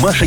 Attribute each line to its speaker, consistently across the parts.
Speaker 1: Маша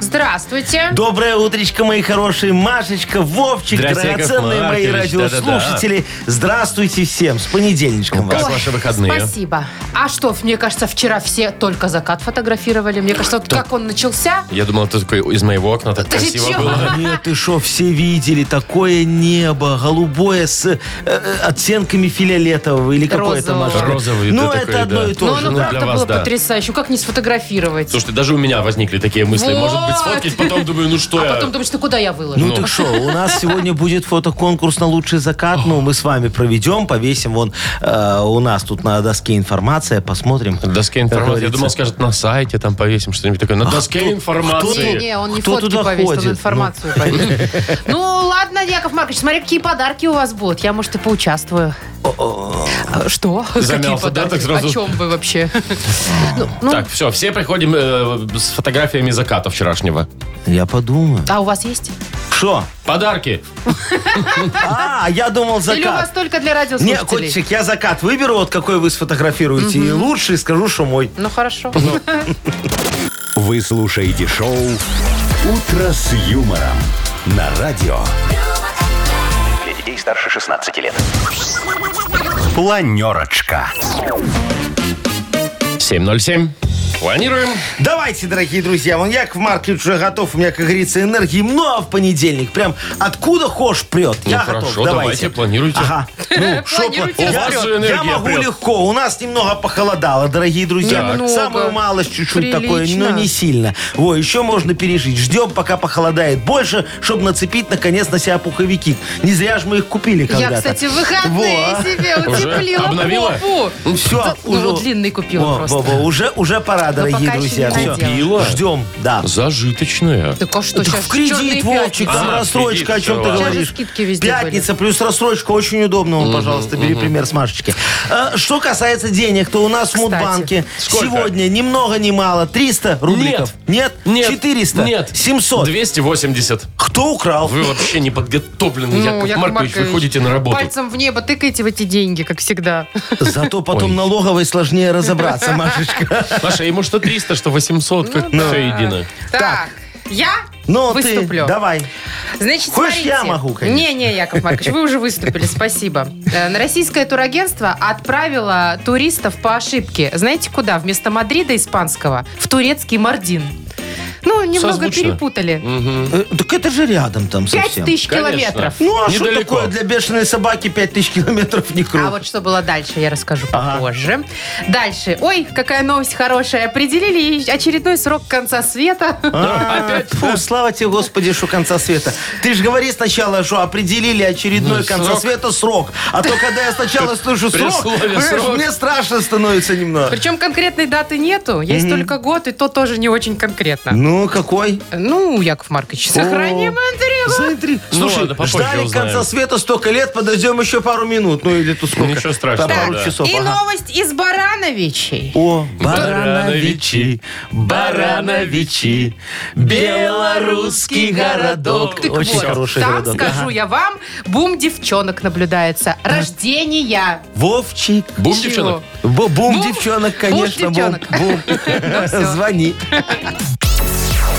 Speaker 2: Здравствуйте.
Speaker 3: Доброе утречко, мои хорошие. Машечка, Вовчик,
Speaker 4: Здрасте, Яков
Speaker 3: драгоценные мои
Speaker 4: Маркович. Да-да-да.
Speaker 3: радиослушатели. Здравствуйте всем. С понедельничком
Speaker 4: Как
Speaker 3: вас.
Speaker 2: Ой,
Speaker 4: ваши выходные?
Speaker 2: Спасибо. А что, мне кажется, вчера все только закат фотографировали. Мне кажется, вот как он начался...
Speaker 4: Я думал, ты такой из моего окна так
Speaker 2: Ты
Speaker 4: красиво
Speaker 2: чё?
Speaker 4: было.
Speaker 3: Нет, ты шо, все видели, такое небо, голубое с э, э, оттенками фиолетового или какое-то,
Speaker 2: Розового.
Speaker 3: Машечка?
Speaker 4: Розовый,
Speaker 3: Ну,
Speaker 4: ты
Speaker 3: это
Speaker 4: такой,
Speaker 3: одно
Speaker 4: да.
Speaker 3: и то
Speaker 2: Ну,
Speaker 3: же.
Speaker 2: оно
Speaker 4: ну,
Speaker 2: правда
Speaker 4: для вас,
Speaker 2: было
Speaker 4: да.
Speaker 2: потрясающе. Ну, Как не сфотографировать?
Speaker 4: Слушайте, даже у меня возникли такие мысли. Может быть,
Speaker 2: Вот.
Speaker 4: сфоткать, потом думаю, ну что
Speaker 2: а
Speaker 4: я...
Speaker 2: потом думаешь, ну куда я выложу?
Speaker 3: Ну, так что, у нас сегодня будет фотоконкурс на лучший закат. Ну, мы с вами проведем, повесим вон э, у нас тут на доске информация, посмотрим.
Speaker 4: Доске
Speaker 3: Как
Speaker 4: информации. Я
Speaker 3: говорится.
Speaker 4: думал, скажет, на сайте там повесим что-нибудь такое. На доске
Speaker 2: Не,
Speaker 4: информации.
Speaker 2: не, он не
Speaker 3: Кто
Speaker 2: фотки
Speaker 3: туда
Speaker 2: повесит,
Speaker 4: Ну.
Speaker 3: ходит?
Speaker 2: он информацию повесит. Ну, ладно, Яков Маркович, смотри, какие подарки у вас будут. Я, может, и поучаствую. А, Что? Какие
Speaker 4: Замялся, да,
Speaker 2: подарки?
Speaker 4: так сразу?
Speaker 2: О чем вы вообще? Ну, ну,
Speaker 4: Так, все, все приходим э, с фотографиями заката вчерашнего.
Speaker 3: Я подумаю.
Speaker 2: а у вас есть?
Speaker 3: Что?
Speaker 4: Подарки.
Speaker 3: А, я думал
Speaker 2: Или у вас
Speaker 3: закат.
Speaker 2: только для
Speaker 3: Не,
Speaker 2: радиослушателей?
Speaker 3: Котчик, я закат выберу, вот какой вы сфотографируете, и лучше скажу, что мой.
Speaker 2: Ну, хорошо.
Speaker 1: Вы слушаете шоу «Утро с юмором» на радио. Для детей старше 16 лет. Планерочка.
Speaker 4: 7.07. Планируем.
Speaker 3: Давайте, дорогие друзья, вон Яков Маркович уже готов, у меня, как говорится, энергии много в понедельник, прям откуда хошь прет,
Speaker 4: Ну,
Speaker 3: я
Speaker 4: хорошо,
Speaker 3: готов,
Speaker 4: давайте, планируйте.
Speaker 3: Ага. Ну, шо
Speaker 2: Планируйте.
Speaker 3: пла-
Speaker 4: У
Speaker 3: я,
Speaker 4: вас
Speaker 3: говорю,
Speaker 4: же энергия
Speaker 3: я могу
Speaker 4: прет.
Speaker 3: легко, у нас немного похолодало, дорогие друзья,
Speaker 2: Немного.
Speaker 3: самую малость чуть-чуть такое,
Speaker 2: Прилично.
Speaker 3: но не сильно. Во, еще можно пережить, ждем, пока похолодает больше, чтобы нацепить, наконец, на себя пуховики. Не зря же мы их купили когда-то.
Speaker 2: Я, кстати, в выходные
Speaker 3: Во.
Speaker 2: себе
Speaker 4: Уже
Speaker 2: утеплила
Speaker 4: обновила?
Speaker 2: попу.
Speaker 3: Все,
Speaker 2: Ну, вот длинный купила просто.
Speaker 3: уже, уже пора, дорогие
Speaker 2: пока еще
Speaker 3: друзья.
Speaker 2: не
Speaker 3: Всё.
Speaker 4: надела.
Speaker 3: Ждем, да.
Speaker 4: Зажиточная.
Speaker 2: Так а что,
Speaker 3: Так
Speaker 2: сейчас
Speaker 3: в кредит, Вовчик, там
Speaker 4: А,
Speaker 3: рассрочка, о
Speaker 4: кредит,
Speaker 3: чем ты
Speaker 4: всё, ладно.
Speaker 3: говоришь.
Speaker 2: Сейчас же скидки везде
Speaker 3: Пятница плюс рассрочка, очень удобно. Вон, пожалуйста, бери пример с Машечки. А, Что касается денег, то у нас в
Speaker 2: Кстати.
Speaker 3: Мудбанке
Speaker 4: Сколько?
Speaker 3: сегодня ни много ни мало 300 рубликов. Нет?
Speaker 4: Нет.
Speaker 3: 400?
Speaker 4: Нет.
Speaker 3: 700?
Speaker 4: 280.
Speaker 3: Кто украл?
Speaker 4: Вы вообще не
Speaker 2: Ну,
Speaker 4: подготовлены, Яков, Маркович, вы ходите на работу.
Speaker 2: Пальцем в небо тыкаете в эти деньги, как всегда.
Speaker 3: Зато потом
Speaker 4: Ой.
Speaker 3: налоговой сложнее разобраться, Машечка.
Speaker 4: Маша, ему что 300, что
Speaker 2: Ну
Speaker 4: 800, как все едино.
Speaker 2: Так, я
Speaker 3: Ну ты,
Speaker 2: выступлю.
Speaker 3: давай.
Speaker 2: Значит,
Speaker 3: Хочешь,
Speaker 2: смотрите.
Speaker 3: я могу, конечно.
Speaker 2: Не-не, Яков Маркович, вы уже выступили, спасибо. Э, на Российское турагентство отправило туристов по ошибке. Знаете куда? Вместо Мадрида испанского в турецкий Мардин. Ну, немного
Speaker 4: Созвучно.
Speaker 2: перепутали.
Speaker 3: Э, Так это же рядом там
Speaker 2: Пять
Speaker 3: совсем.
Speaker 2: тысяч
Speaker 4: Конечно.
Speaker 2: километров.
Speaker 3: Ну, а что
Speaker 4: Недалеко.
Speaker 3: такое для бешеной собаки 5000 километров не
Speaker 2: А
Speaker 3: круто?
Speaker 2: вот что было дальше, я расскажу
Speaker 3: Ага.
Speaker 2: попозже. Дальше. Ой, какая новость хорошая. Определили очередной срок конца света.
Speaker 3: А,
Speaker 4: Опять?
Speaker 3: фу, слава тебе, Господи, что конца света. Ты же говори сначала, что определили очередной
Speaker 4: Ну,
Speaker 3: конца
Speaker 4: срок.
Speaker 3: света срок. А то, когда я сначала слышу
Speaker 4: При
Speaker 3: срок,
Speaker 4: слове
Speaker 3: понимаешь,
Speaker 4: срок.
Speaker 3: мне страшно становится немного.
Speaker 2: Причем конкретной даты нету. Есть только год, и то тоже не очень конкретно.
Speaker 3: Ну, какой?
Speaker 2: Ну, Яков Маркович, сохраним интригу.
Speaker 3: За интриг-
Speaker 4: Ну
Speaker 3: Слушай,
Speaker 4: ладно, попозже
Speaker 3: ждали
Speaker 4: узнаем.
Speaker 3: конца света столько лет, подождем еще пару минут. Ну, или тут сколько?
Speaker 4: Ничего страшного,
Speaker 3: Там Пару
Speaker 4: да.
Speaker 3: часов,
Speaker 2: И
Speaker 3: ага.
Speaker 2: новость из Барановичей.
Speaker 3: О,
Speaker 4: Барановичи, Барановичи, белорусский городок.
Speaker 2: Так
Speaker 3: Очень
Speaker 2: вот,
Speaker 3: хороший
Speaker 2: там,
Speaker 3: городок.
Speaker 2: скажу я вам, бум девчонок наблюдается. Рождение.
Speaker 3: Вовчик.
Speaker 4: Бум,
Speaker 2: Чего?
Speaker 4: девчонок?
Speaker 3: Бу- Бум,
Speaker 2: Бум,
Speaker 3: девчонок,
Speaker 2: бум,
Speaker 3: конечно, бум.
Speaker 2: девчонок.
Speaker 3: бум.
Speaker 2: всё.
Speaker 3: Звони.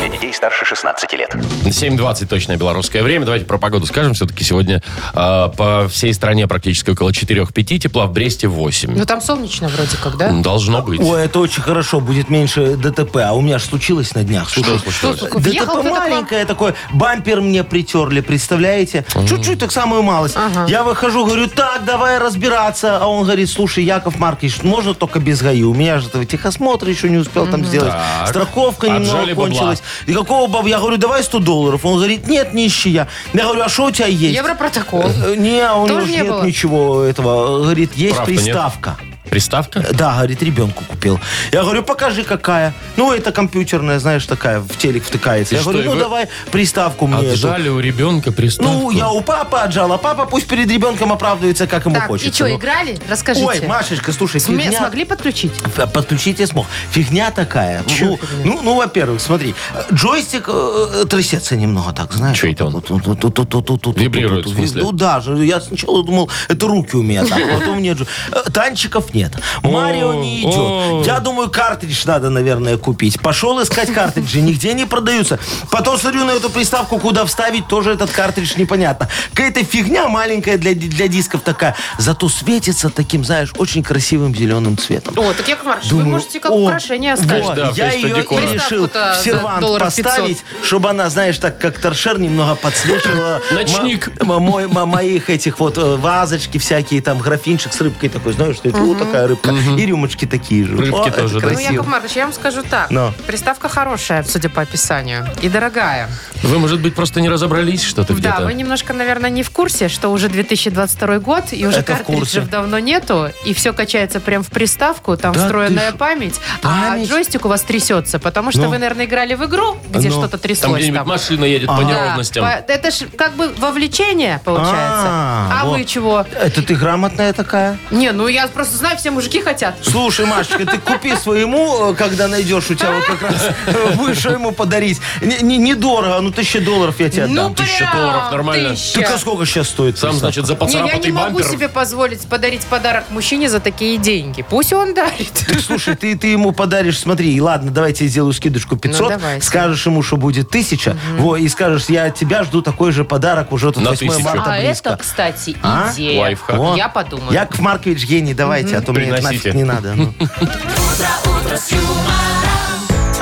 Speaker 1: Для детей старше 16 лет.
Speaker 4: 7.20 точное белорусское время. Давайте про погоду скажем. Все-таки сегодня э, по всей стране практически около 4-5 тепла, в Бресте 8.
Speaker 2: Ну, там солнечно вроде как, да?
Speaker 4: Должно быть.
Speaker 3: Ой, это очень хорошо, будет меньше ДТП. А у меня же случилось на днях.
Speaker 4: Что
Speaker 3: слушай.
Speaker 4: случилось?
Speaker 2: Что Въехал
Speaker 3: ДТП
Speaker 2: кто-то к вам?
Speaker 3: маленькое такое, бампер мне притерли, представляете? Чуть-чуть, так самую малость. Я выхожу, говорю, так, давай разбираться. А он говорит, слушай, Яков Маркович, можно только без ГАИ? У меня же этого техосмотр еще не успел там сделать.
Speaker 4: Так.
Speaker 3: Страховка
Speaker 4: Отжали
Speaker 3: немного
Speaker 4: бабла.
Speaker 3: кончилась. И какого баб? Я говорю, давай 100 долларов. Он говорит, нет, нищий я. Я говорю, а что у тебя есть?
Speaker 2: Европротокол.
Speaker 3: Э, Не, у него
Speaker 2: Тоже
Speaker 3: ж
Speaker 2: не
Speaker 3: нет
Speaker 2: было?
Speaker 3: ничего этого. Говорит, есть
Speaker 4: Прав-то нет.
Speaker 3: приставка.
Speaker 4: Приставка?
Speaker 3: Да, говорит, ребенку купил. Я говорю, покажи какая. Ну, это компьютерная, знаешь, такая, в телек втыкается.
Speaker 4: И
Speaker 3: я
Speaker 4: что,
Speaker 3: говорю,
Speaker 4: и
Speaker 3: ну,
Speaker 4: вы
Speaker 3: давай приставку мне эту».
Speaker 4: Отжали А у ребенка приставку?
Speaker 3: Ну, я у папы отжала. Папа пусть перед ребенком оправдывается, как ему
Speaker 2: Так,
Speaker 3: хочется.
Speaker 2: и что,
Speaker 3: Ну.
Speaker 2: играли? Расскажите.
Speaker 3: Ой, Машечка, слушай,
Speaker 2: Сме-
Speaker 3: фигня...
Speaker 2: Смогли подключить?
Speaker 3: П- Подключить я смог. Фигня такая.
Speaker 2: Чё
Speaker 3: Ну,
Speaker 2: фигня?
Speaker 3: ну, ну, во-первых, смотри, э, джойстик э, трясется немного, так знаешь.
Speaker 4: Чё это он?
Speaker 3: Вот тут, тут, тут, тут, тут, тут, тут,
Speaker 4: Вибрирует,
Speaker 3: тут,
Speaker 4: в смысле?
Speaker 3: Ну да, же, я сначала думал, это руки у меня, так, потом нет. же. Э, Танчиков нет. Марио не
Speaker 4: о.
Speaker 3: идет. Я думаю, картридж надо, наверное, купить. Пошел искать картриджи, нигде не продаются. Потом смотрю на эту приставку, куда вставить, тоже этот картридж непонятно. Какая-то фигня маленькая для, ди- для дисков такая. Зато светится таким, знаешь, очень красивым зеленым цветом.
Speaker 2: О, так Яков Маркович, вы
Speaker 3: Думаю,
Speaker 2: можете как
Speaker 3: о,
Speaker 2: украшение оставить.
Speaker 3: вот,
Speaker 4: Да, в
Speaker 3: я
Speaker 4: качестве
Speaker 3: ее
Speaker 4: декора.
Speaker 3: и решил
Speaker 2: Приставку-то
Speaker 3: в
Speaker 2: за
Speaker 3: сервант
Speaker 2: долларов 500.
Speaker 3: поставить, чтобы она, знаешь, так как торшер немного подсвечивала.
Speaker 4: Ночник.
Speaker 3: мо- мой- мо- моих этих вот э, вазочки всякие, там графинчик с рыбкой такой, знаешь, что это вот такая рыбка. И рюмочки такие же.
Speaker 4: Рыбки
Speaker 3: О, это
Speaker 4: тоже, да.
Speaker 2: Ну, Яков
Speaker 3: красиво.
Speaker 2: Маркович, я вам скажу так.
Speaker 3: Но.
Speaker 2: Приставка хорошая, судя по описанию, и дорогая.
Speaker 4: Вы, может быть, просто не разобрались что-то
Speaker 2: Да,
Speaker 4: где-то?
Speaker 2: вы немножко, наверное, не в курсе, что уже 2022 год, и уже
Speaker 3: Это в курсе.
Speaker 2: картриджев давно нету, и все качается прям в приставку, там
Speaker 3: Да
Speaker 2: встроенная
Speaker 3: ты ж-
Speaker 2: память, а
Speaker 3: Память?
Speaker 2: джойстик у вас трясется, потому что
Speaker 3: Ну.
Speaker 2: вы, наверное, играли в игру, где
Speaker 3: Ну.
Speaker 2: что-то
Speaker 4: Там
Speaker 2: тряслось
Speaker 4: где-нибудь
Speaker 2: там.
Speaker 4: машина едет по
Speaker 3: Да,
Speaker 2: Да,
Speaker 4: неровностям.
Speaker 2: по- это же как бы вовлечение получается. А,
Speaker 3: А,
Speaker 2: вы
Speaker 3: вот.
Speaker 2: чего?
Speaker 3: Это ты грамотная такая?
Speaker 2: Не, ну я просто знаю, все мужики хотят.
Speaker 3: Слушай, Машечка, ты купи своему, э, когда найдешь, у тебя вот как раз э, будешь что ему подарить. Не- не- Недорого, ну тысяча долларов я тебе
Speaker 2: ну
Speaker 3: дам.
Speaker 4: тысяча
Speaker 2: прям,
Speaker 4: долларов, нормально.
Speaker 2: тысяча.
Speaker 3: Так а сколько сейчас стоит?
Speaker 4: Сам,
Speaker 3: приставка?
Speaker 4: значит, за
Speaker 2: Не, я не
Speaker 4: поцарапатый
Speaker 2: могу
Speaker 4: бампер.
Speaker 2: себе позволить подарить подарок мужчине за такие деньги. Пусть он дарит.
Speaker 3: Так, слушай, ты, ты ему подаришь, смотри, и ладно, давайте я сделаю скидочку 500,
Speaker 2: Ну, давайте.
Speaker 3: скажешь ему, что будет 1000, во, и скажешь, я от тебя жду такой же подарок уже тут
Speaker 4: На
Speaker 3: 8
Speaker 4: тысячу.
Speaker 3: марта
Speaker 2: а
Speaker 3: близко.
Speaker 2: это, кстати,
Speaker 3: А?
Speaker 2: идея.
Speaker 4: Лайфхак.
Speaker 3: Во.
Speaker 2: Я подумаю.
Speaker 3: Яков Маркович гений, давайте, а то мне это
Speaker 4: Приносите.
Speaker 3: нафиг не надо. ну.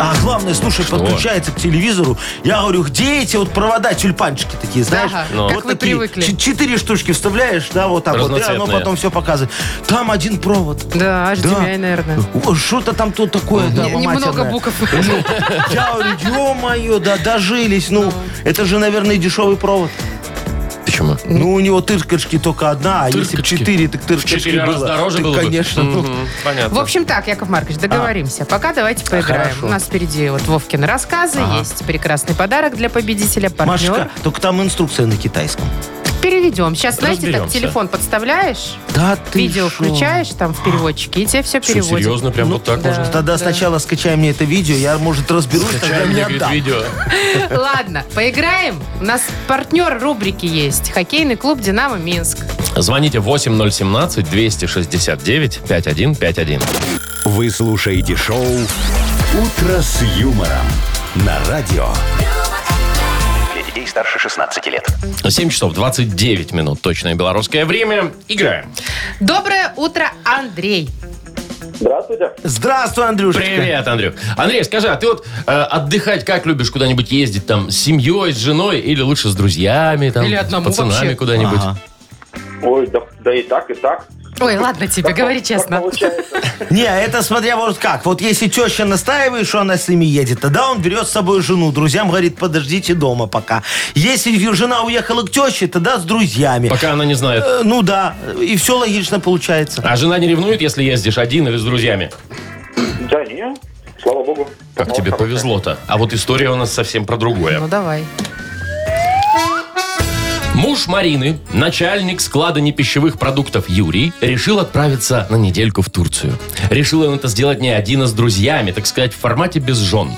Speaker 3: А главное, слушай, подключается к телевизору. Я говорю, где эти вот провода, тюльпанчики такие, знаешь?
Speaker 2: Ага, Ну. как вы
Speaker 3: такие.
Speaker 2: привыкли.
Speaker 3: Ч- Четыре штучки вставляешь, да, вот так вот, и оно
Speaker 4: Разноцветные.
Speaker 3: потом все показывает. Там один провод.
Speaker 2: Да, HDMI, наверное.
Speaker 3: О, Что-то там тут такое, да,
Speaker 2: Не- Немного
Speaker 3: ломательное.
Speaker 2: букв.
Speaker 3: Я говорю, ё-моё, да дожились. Ну, это же, наверное, дешевый провод.
Speaker 4: Почему?
Speaker 3: Ну, у него тыркачки только одна, а если бы
Speaker 4: Тыркачки.
Speaker 3: четыре, так тыркачки
Speaker 4: Четыре
Speaker 3: было.
Speaker 4: раза дороже
Speaker 3: Так,
Speaker 4: было бы?
Speaker 3: Конечно. ну.
Speaker 4: Мгм, Понятно.
Speaker 2: В общем так, Яков Маркович, договоримся. Пока давайте поиграем.
Speaker 3: хорошо.
Speaker 2: У нас впереди вот Вовкины рассказы. Есть прекрасный подарок для победителя. Партнер.
Speaker 3: Машечка, только там инструкция на китайском.
Speaker 2: Переведем. Сейчас, знаете, так
Speaker 4: Разберемся.
Speaker 2: телефон подставляешь,
Speaker 3: Да ты
Speaker 2: видео
Speaker 3: шо?
Speaker 2: включаешь там в переводчике, и тебе все
Speaker 4: Что,
Speaker 2: переводит.
Speaker 4: серьезно? Прям
Speaker 3: Ну,
Speaker 4: вот так
Speaker 2: да.
Speaker 4: можно?
Speaker 3: Тогда
Speaker 2: Да.
Speaker 3: сначала скачай мне это видео, я, может, разберусь, тогда
Speaker 4: Чай мне,
Speaker 3: мне
Speaker 4: говорит,
Speaker 3: отдам.
Speaker 4: видео.
Speaker 2: Ладно, поиграем. У нас партнер рубрики есть. Хоккейный клуб «Динамо Минск».
Speaker 4: Звоните 8017-269-5151.
Speaker 1: Вы слушаете шоу «Утро с юмором» на радио. Для детей старше 16 лет.
Speaker 4: 7 часов 29 минут. Точное белорусское время. Играем.
Speaker 2: Доброе утро, Андрей.
Speaker 5: Здравствуйте.
Speaker 3: Здравствуй, Андрюшечка.
Speaker 4: Привет, Андрюк. Андрей, скажи, а ты вот э, отдыхать как любишь? Куда-нибудь ездить там с семьей, с женой или лучше с друзьями? Там,
Speaker 2: Или одному
Speaker 4: с пацанами
Speaker 2: вообще?
Speaker 4: куда-нибудь?
Speaker 3: Ага.
Speaker 5: Ой, да, да и так, и так.
Speaker 2: Ой, ладно тебе, говори честно.
Speaker 5: Получается.
Speaker 3: Не, это смотря вот как. Вот если теща настаивает, что она с ними едет, тогда он берет с собой жену. Друзьям говорит, подождите дома пока. Если ее жена уехала к теще, тогда с друзьями.
Speaker 4: Пока она не знает.
Speaker 3: Э, Ну да, и все логично получается.
Speaker 4: А жена не ревнует, если ездишь один или с друзьями?
Speaker 5: Да не, слава богу.
Speaker 4: Как тебе повезло-то. А вот история у нас совсем про другое.
Speaker 2: Ну давай.
Speaker 4: Муж Марины, начальник склада непищевых продуктов Юрий, решил отправиться на недельку в Турцию. Решил он это сделать не один, а с друзьями, так сказать, в формате без жен.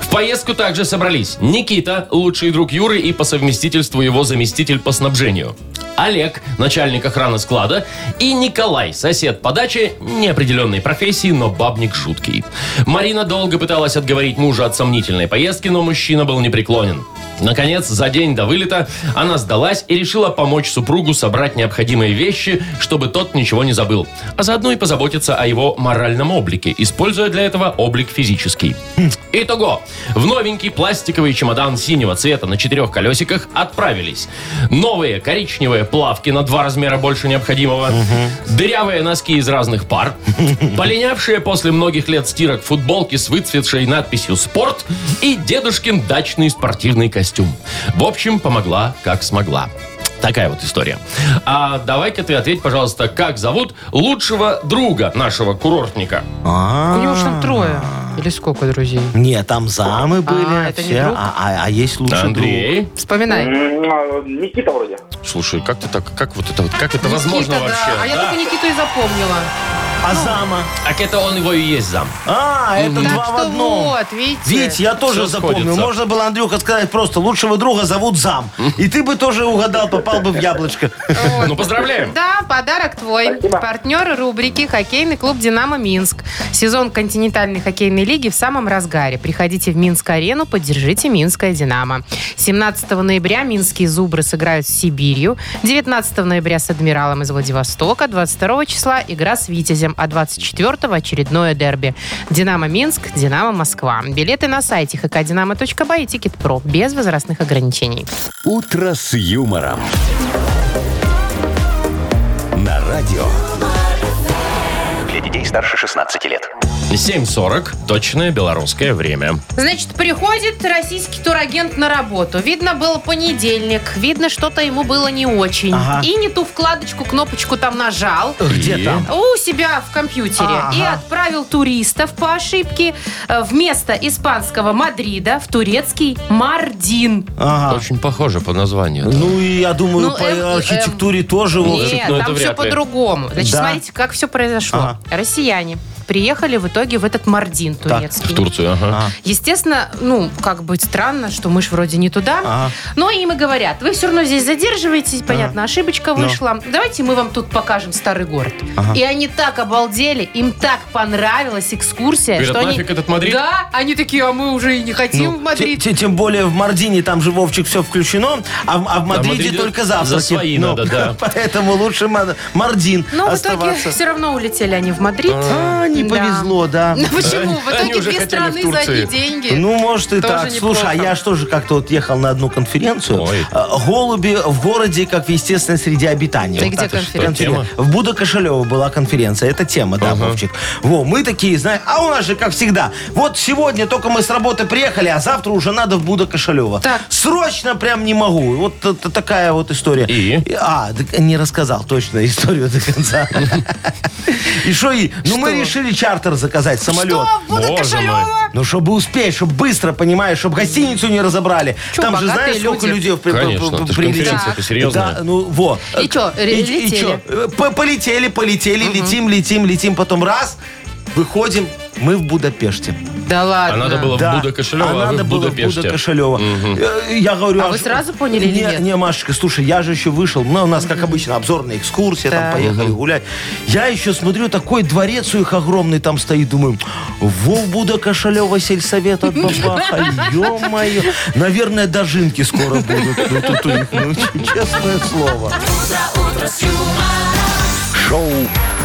Speaker 4: В поездку также собрались Никита, лучший друг Юры и по совместительству его заместитель по снабжению. Олег, начальник охраны склада, и Николай, сосед по даче, неопределенной профессии, но бабник жуткий. Марина долго пыталась отговорить мужа от сомнительной поездки, но мужчина был непреклонен. Наконец, за день до вылета она сдалась и решила помочь супругу собрать необходимые вещи, чтобы тот ничего не забыл. А заодно и позаботиться о его моральном облике, используя для этого облик физический. Итого, в новенький пластиковый чемодан синего цвета на четырех колесиках отправились. Новые коричневые плавки на два размера больше необходимого, дырявые носки из разных пар, полинявшие после многих лет стирок футболки с выцветшей надписью «Спорт» и дедушкин дачный спортивный костюм. В общем, помогла как смогла. Такая вот история. А давай-ка ты ответь, пожалуйста, как зовут лучшего друга нашего курортника?
Speaker 3: А.
Speaker 2: У него же там трое. Или сколько друзей?
Speaker 3: Не, там замы были,
Speaker 2: А, это не
Speaker 3: все.
Speaker 2: друг?
Speaker 3: А, а- а есть лучший друг.
Speaker 4: Андрей.
Speaker 2: Вспоминай.
Speaker 5: М, а, Никита вроде.
Speaker 4: Слушай, как ты так, как вот это, вот- как это возможно
Speaker 2: Никита, да.
Speaker 4: вообще?
Speaker 2: А я
Speaker 4: да?
Speaker 2: только Никиту и запомнила.
Speaker 3: А зама?
Speaker 4: Так это он его и есть зам.
Speaker 3: А, это
Speaker 2: Ну. так
Speaker 3: два в
Speaker 2: что
Speaker 3: одном.
Speaker 2: вот, видите.
Speaker 3: Видите, я тоже
Speaker 4: Всё
Speaker 3: запомнил.
Speaker 4: сходится.
Speaker 3: Можно было, Андрюха, сказать просто, лучшего друга зовут зам. И ты бы тоже угадал, попал бы в яблочко.
Speaker 2: Вот.
Speaker 4: Ну, поздравляем.
Speaker 2: Да, подарок твой.
Speaker 5: Спасибо.
Speaker 2: Партнер рубрики «Хоккейный клуб «Динамо Минск». Сезон континентальной хоккейной лиги в самом разгаре. Приходите в Минск-арену, поддержите «Минское Динамо». 17 ноября минские «Зубры» сыграют с Сибирью. 19 ноября с «Адмиралом» из Владивостока. 22 числа игра с «Витязем», а 24 очередное дерби. «Динамо Минск», «Динамо Москва». Билеты на сайте hkdinamo.by и «Тикет.Про» без возрастных ограничений.
Speaker 1: «Утро с юмором». На радио. Для детей старше 16 лет.
Speaker 4: 7.40, точное белорусское время.
Speaker 2: Значит, приходит российский турагент на работу. Видно, был понедельник. Видно, что-то ему было не очень.
Speaker 3: Ага.
Speaker 2: И не ту вкладочку, кнопочку там нажал.
Speaker 3: Где
Speaker 4: И?
Speaker 3: там?
Speaker 2: У себя в компьютере.
Speaker 3: Ага.
Speaker 2: И отправил туристов по ошибке э, вместо испанского Мадрида в турецкий Мардин.
Speaker 3: Ага.
Speaker 4: Очень похоже по названию. да.
Speaker 3: Ну, и я думаю,
Speaker 2: Ну,
Speaker 3: по
Speaker 2: эм,
Speaker 3: архитектуре тоже. Вовчик.
Speaker 2: Нет,
Speaker 4: ну, это
Speaker 2: там все
Speaker 4: вряд ли.
Speaker 2: по-другому. Значит,
Speaker 3: Да.
Speaker 2: смотрите, как все произошло.
Speaker 3: Ага.
Speaker 2: Россияне приехали в итоге в этот Мардин турецкий.
Speaker 3: Ну,
Speaker 4: В Турцию, ага.
Speaker 2: Естественно, ну, как бы странно, что мы ж вроде не туда.
Speaker 3: Ага.
Speaker 2: Но им и говорят, вы все равно здесь задерживаетесь, понятно,
Speaker 3: Ну.
Speaker 2: ошибочка вышла. Давайте мы вам тут покажем старый город. И они так обалдели, им так понравилась экскурсия,
Speaker 4: Говорят,
Speaker 2: что
Speaker 4: «Нафиг
Speaker 2: они...
Speaker 4: этот Мадрид?»
Speaker 2: Да, они такие, а мы уже и не хотим
Speaker 3: Ну,
Speaker 2: в Мадрид.
Speaker 3: те- те- Тем более в Мардине там же Вовчик все включено, а в, а в Мадриде
Speaker 4: Мадриде
Speaker 3: только
Speaker 4: за
Speaker 3: завтраки.
Speaker 4: свои
Speaker 3: Ну,
Speaker 4: надо, да.
Speaker 3: Поэтому лучше Мар- Мардин
Speaker 2: Но Ну, в итоге
Speaker 3: оставаться.
Speaker 2: все равно улетели они в Мадрид.
Speaker 3: А, не
Speaker 2: Да.
Speaker 3: повезло, да.
Speaker 2: Ну, Почему? В
Speaker 4: Они
Speaker 2: итоге
Speaker 4: уже хотели
Speaker 2: две
Speaker 4: в
Speaker 2: страны за
Speaker 4: Турции.
Speaker 2: одни деньги.
Speaker 3: Ну, может и
Speaker 2: Тоже
Speaker 3: так. Слушай, а
Speaker 2: неплохо.
Speaker 3: я что же как-то вот ехал на одну конференцию.
Speaker 4: Ой.
Speaker 3: А, Голуби в городе, как в естественной среде обитания.
Speaker 2: Ты
Speaker 3: Вот
Speaker 2: где
Speaker 3: так вот
Speaker 2: конференция?
Speaker 4: Тема?
Speaker 3: В Буда Кошелева была конференция. Это тема, да, Вовчик. Во, мы такие, знаешь, а у нас же, как всегда, вот сегодня только мы с работы приехали, а завтра уже надо в Буда Кошелева.
Speaker 2: Так.
Speaker 3: Срочно прям не могу. Вот т- т- такая вот история.
Speaker 4: И?
Speaker 3: А, так не рассказал точно историю до конца. И что и? Ну, мы решили чартер заказать, самолет.
Speaker 2: Что, А, Буда
Speaker 4: Боже мой.
Speaker 2: Кошелева?
Speaker 3: Ну, чтобы успеть, чтобы быстро, понимаешь, чтобы гостиницу не разобрали.
Speaker 2: Чё,
Speaker 3: Там же
Speaker 2: богатые
Speaker 3: знаешь, сколько
Speaker 2: люди?
Speaker 3: людей в при-
Speaker 4: Конечно,
Speaker 3: при-
Speaker 4: это ж
Speaker 3: при-
Speaker 4: конференция-то
Speaker 3: Да.
Speaker 4: серьезная.
Speaker 3: Да, ну, во.
Speaker 2: И чё, ре-
Speaker 3: и
Speaker 2: летели?
Speaker 3: чё? Э, по- Полетели, полетели, летим, летим, летим. Потом раз, выходим, мы в Будапеште.
Speaker 2: Да ладно.
Speaker 4: А надо было в
Speaker 3: Да.
Speaker 4: Буда Кошелева, а вы
Speaker 3: надо
Speaker 4: в
Speaker 3: было в
Speaker 4: Будапеште.
Speaker 3: Буда Кошелева. Э, Я говорю,
Speaker 2: А вы сразу поняли или
Speaker 3: не,
Speaker 2: нет?
Speaker 3: Не, Машечка, слушай, я же еще вышел. Ну, у нас, как обычно, обзорная экскурсия, там
Speaker 2: Так.
Speaker 3: поехали гулять. Я еще смотрю, такой дворец у их огромный там стоит. Думаю, во в Буда Кошелева сельсовет от бабаха. Ё-моё. Наверное, дожинки скоро будут. Ну, тут у них, ну, честное слово.
Speaker 1: Шоу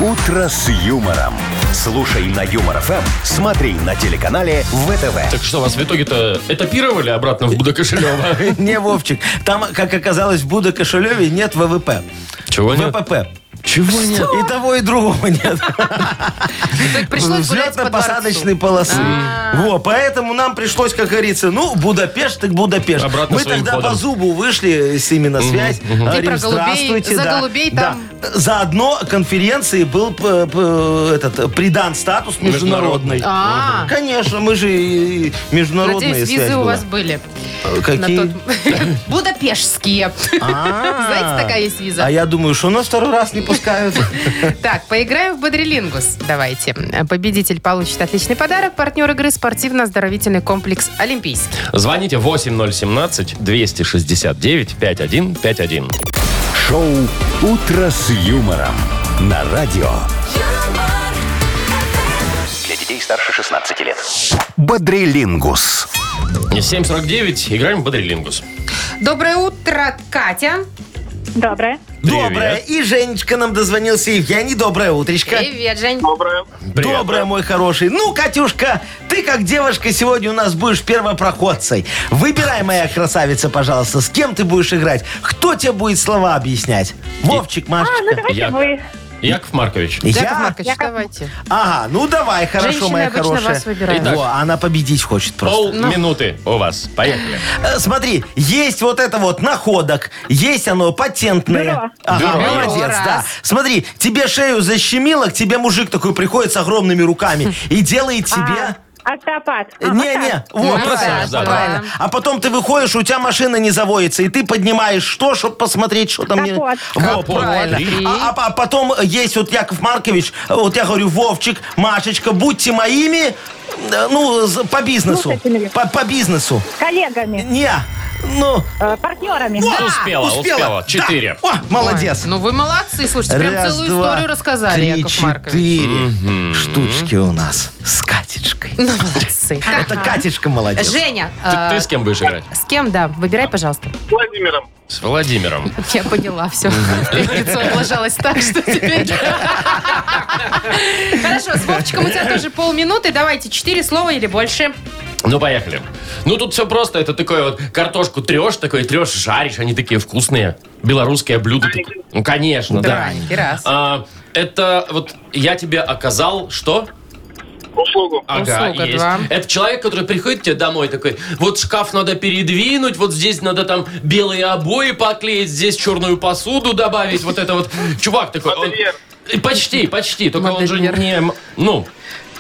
Speaker 1: «Утро с юмором». Слушай на Юмор ФМ, смотри на телеканале ВТВ.
Speaker 4: Так что, вас в итоге-то этапировали обратно в Буда Кошелева?
Speaker 3: Не, Вовчик, там, как оказалось, в Буда Кошелеве нет ВВП.
Speaker 4: Чего нет?
Speaker 3: ВПП.
Speaker 4: Чего нет?
Speaker 3: И того, и другого нет.
Speaker 2: Так пришлось гулять по
Speaker 3: Взлетно-посадочной
Speaker 2: дворцу. А.
Speaker 3: полосы. Во, поэтому нам пришлось, как говорится, ну, Будапешт, так Будапешт.
Speaker 4: Обратно
Speaker 3: Мы
Speaker 4: своим
Speaker 3: тогда
Speaker 4: ходом.
Speaker 3: по зубу вышли с ними на связь. Говорим,
Speaker 2: про голубей,
Speaker 3: «Здравствуйте»,
Speaker 2: за
Speaker 3: да,
Speaker 2: голубей
Speaker 3: да.
Speaker 2: там.
Speaker 3: Заодно конференции был п- п- этот, придан статус международный.
Speaker 2: А,
Speaker 3: Конечно, мы же и международные
Speaker 2: надеюсь,
Speaker 3: связь
Speaker 2: визы у
Speaker 3: была.
Speaker 2: вас были.
Speaker 3: Э,
Speaker 2: На
Speaker 3: Какие?
Speaker 2: тот- Будапешские.
Speaker 3: А.
Speaker 2: Знаете, такая есть
Speaker 3: А
Speaker 2: виза.
Speaker 3: я думаю, что нас второй раз не пускают.
Speaker 2: Так, поиграем в Бодрилингус. Давайте. Победитель получит отличный подарок. Партнер игры спортивно-оздоровительный комплекс «Олимпийский».
Speaker 4: Звоните 8017-269-5151.
Speaker 1: Шоу «Утро с юмором» на радио.
Speaker 6: Для детей старше 16 лет.
Speaker 1: Бодрилингус.
Speaker 4: 7.49, играем в Бодрилингус.
Speaker 2: Доброе утро, Катя.
Speaker 7: Доброе.
Speaker 3: Доброе. И Женечка нам дозвонился. Евгений, доброе утречко.
Speaker 2: Привет, Жень.
Speaker 4: Привет.
Speaker 3: Доброе, мой хороший. Ну, Катюшка, ты как девушка сегодня у нас будешь первопроходцей. Выбирай, моя красавица, пожалуйста, с кем ты будешь играть. Кто тебе будет слова объяснять? Вовчик, Машечка.
Speaker 7: Давайте
Speaker 4: Я-
Speaker 7: вы.
Speaker 4: Яков Маркович.
Speaker 2: А, ну Яков
Speaker 3: Я?
Speaker 2: Маркович, давайте.
Speaker 3: Ага, ну давай, хорошо,
Speaker 2: Женщины
Speaker 3: моя
Speaker 2: обычно
Speaker 3: хорошая.
Speaker 2: вас выбирают.
Speaker 4: Итак.
Speaker 3: Во, она победить хочет просто.
Speaker 4: Полминуты у вас. Поехали.
Speaker 3: Э, Смотри, есть вот это вот находок, есть оно патентное.
Speaker 7: Бюро.
Speaker 3: Ага,
Speaker 4: Бюро.
Speaker 3: молодец,
Speaker 2: Раз.
Speaker 3: да. Смотри, тебе шею защемило, к тебе мужик такой приходит с огромными руками и делает тебе...
Speaker 7: А, Остеопат.
Speaker 4: Э,
Speaker 7: А, массаж.
Speaker 3: Не-не, вот,
Speaker 2: Массаж,
Speaker 3: правильно,
Speaker 4: Ну, да.
Speaker 3: правильно. А потом ты выходишь, у тебя машина не заводится, и ты поднимаешь что, чтобы посмотреть, что там... не-
Speaker 7: Капот.
Speaker 3: Во,
Speaker 4: Капот.
Speaker 3: правильно.
Speaker 4: Три.
Speaker 3: А, а- а потом есть вот Яков Маркович, э, вот я говорю, Вовчик, Машечка, будьте моими, э, ну, за- по бизнесу.
Speaker 7: Слушателями.
Speaker 3: По, по бизнесу.
Speaker 7: Коллегами.
Speaker 3: Не, ну...
Speaker 7: э, партнерами.
Speaker 3: вот,
Speaker 4: Успела, успела. Четыре.
Speaker 3: Да. О, молодец.
Speaker 2: Ой, ну вы молодцы, слушайте, прям
Speaker 3: Раз,
Speaker 2: целую
Speaker 3: два,
Speaker 2: историю рассказали,
Speaker 3: три,
Speaker 2: Яков Маркович.
Speaker 3: четыре штучки у нас с Катечкой.
Speaker 2: Ну, молодцы. Так,
Speaker 3: Это Катечка молодец.
Speaker 2: Женя,
Speaker 4: Ты,
Speaker 2: э,
Speaker 4: ты с кем будешь играть?
Speaker 2: с кем, да, выбирай, пожалуйста.
Speaker 5: Владимиром.
Speaker 4: С Владимиром.
Speaker 2: Я поняла все. Лицо облажалось так, что теперь... Хорошо, с Вовчиком у тебя тоже полминуты. Давайте, четыре слова или больше.
Speaker 4: Ну, поехали. Ну, тут все просто. Это такое вот картошку трешь, такой трешь, жаришь. Они такие вкусные. Белорусское блюдо. такое. Ну, конечно, да.
Speaker 2: Драники, раз.
Speaker 4: А, это вот я тебе оказал что?
Speaker 5: Услугу.
Speaker 4: Ага,
Speaker 2: Услуга,
Speaker 4: есть.
Speaker 2: да.
Speaker 4: Это человек, который приходит к тебе домой такой, вот шкаф надо передвинуть, вот здесь надо там белые обои поклеить, здесь черную посуду добавить, вот это вот. Чувак такой. он-
Speaker 5: Модельер.
Speaker 4: И Почти, почти, только он же
Speaker 2: Модельер.
Speaker 4: не, м, ну,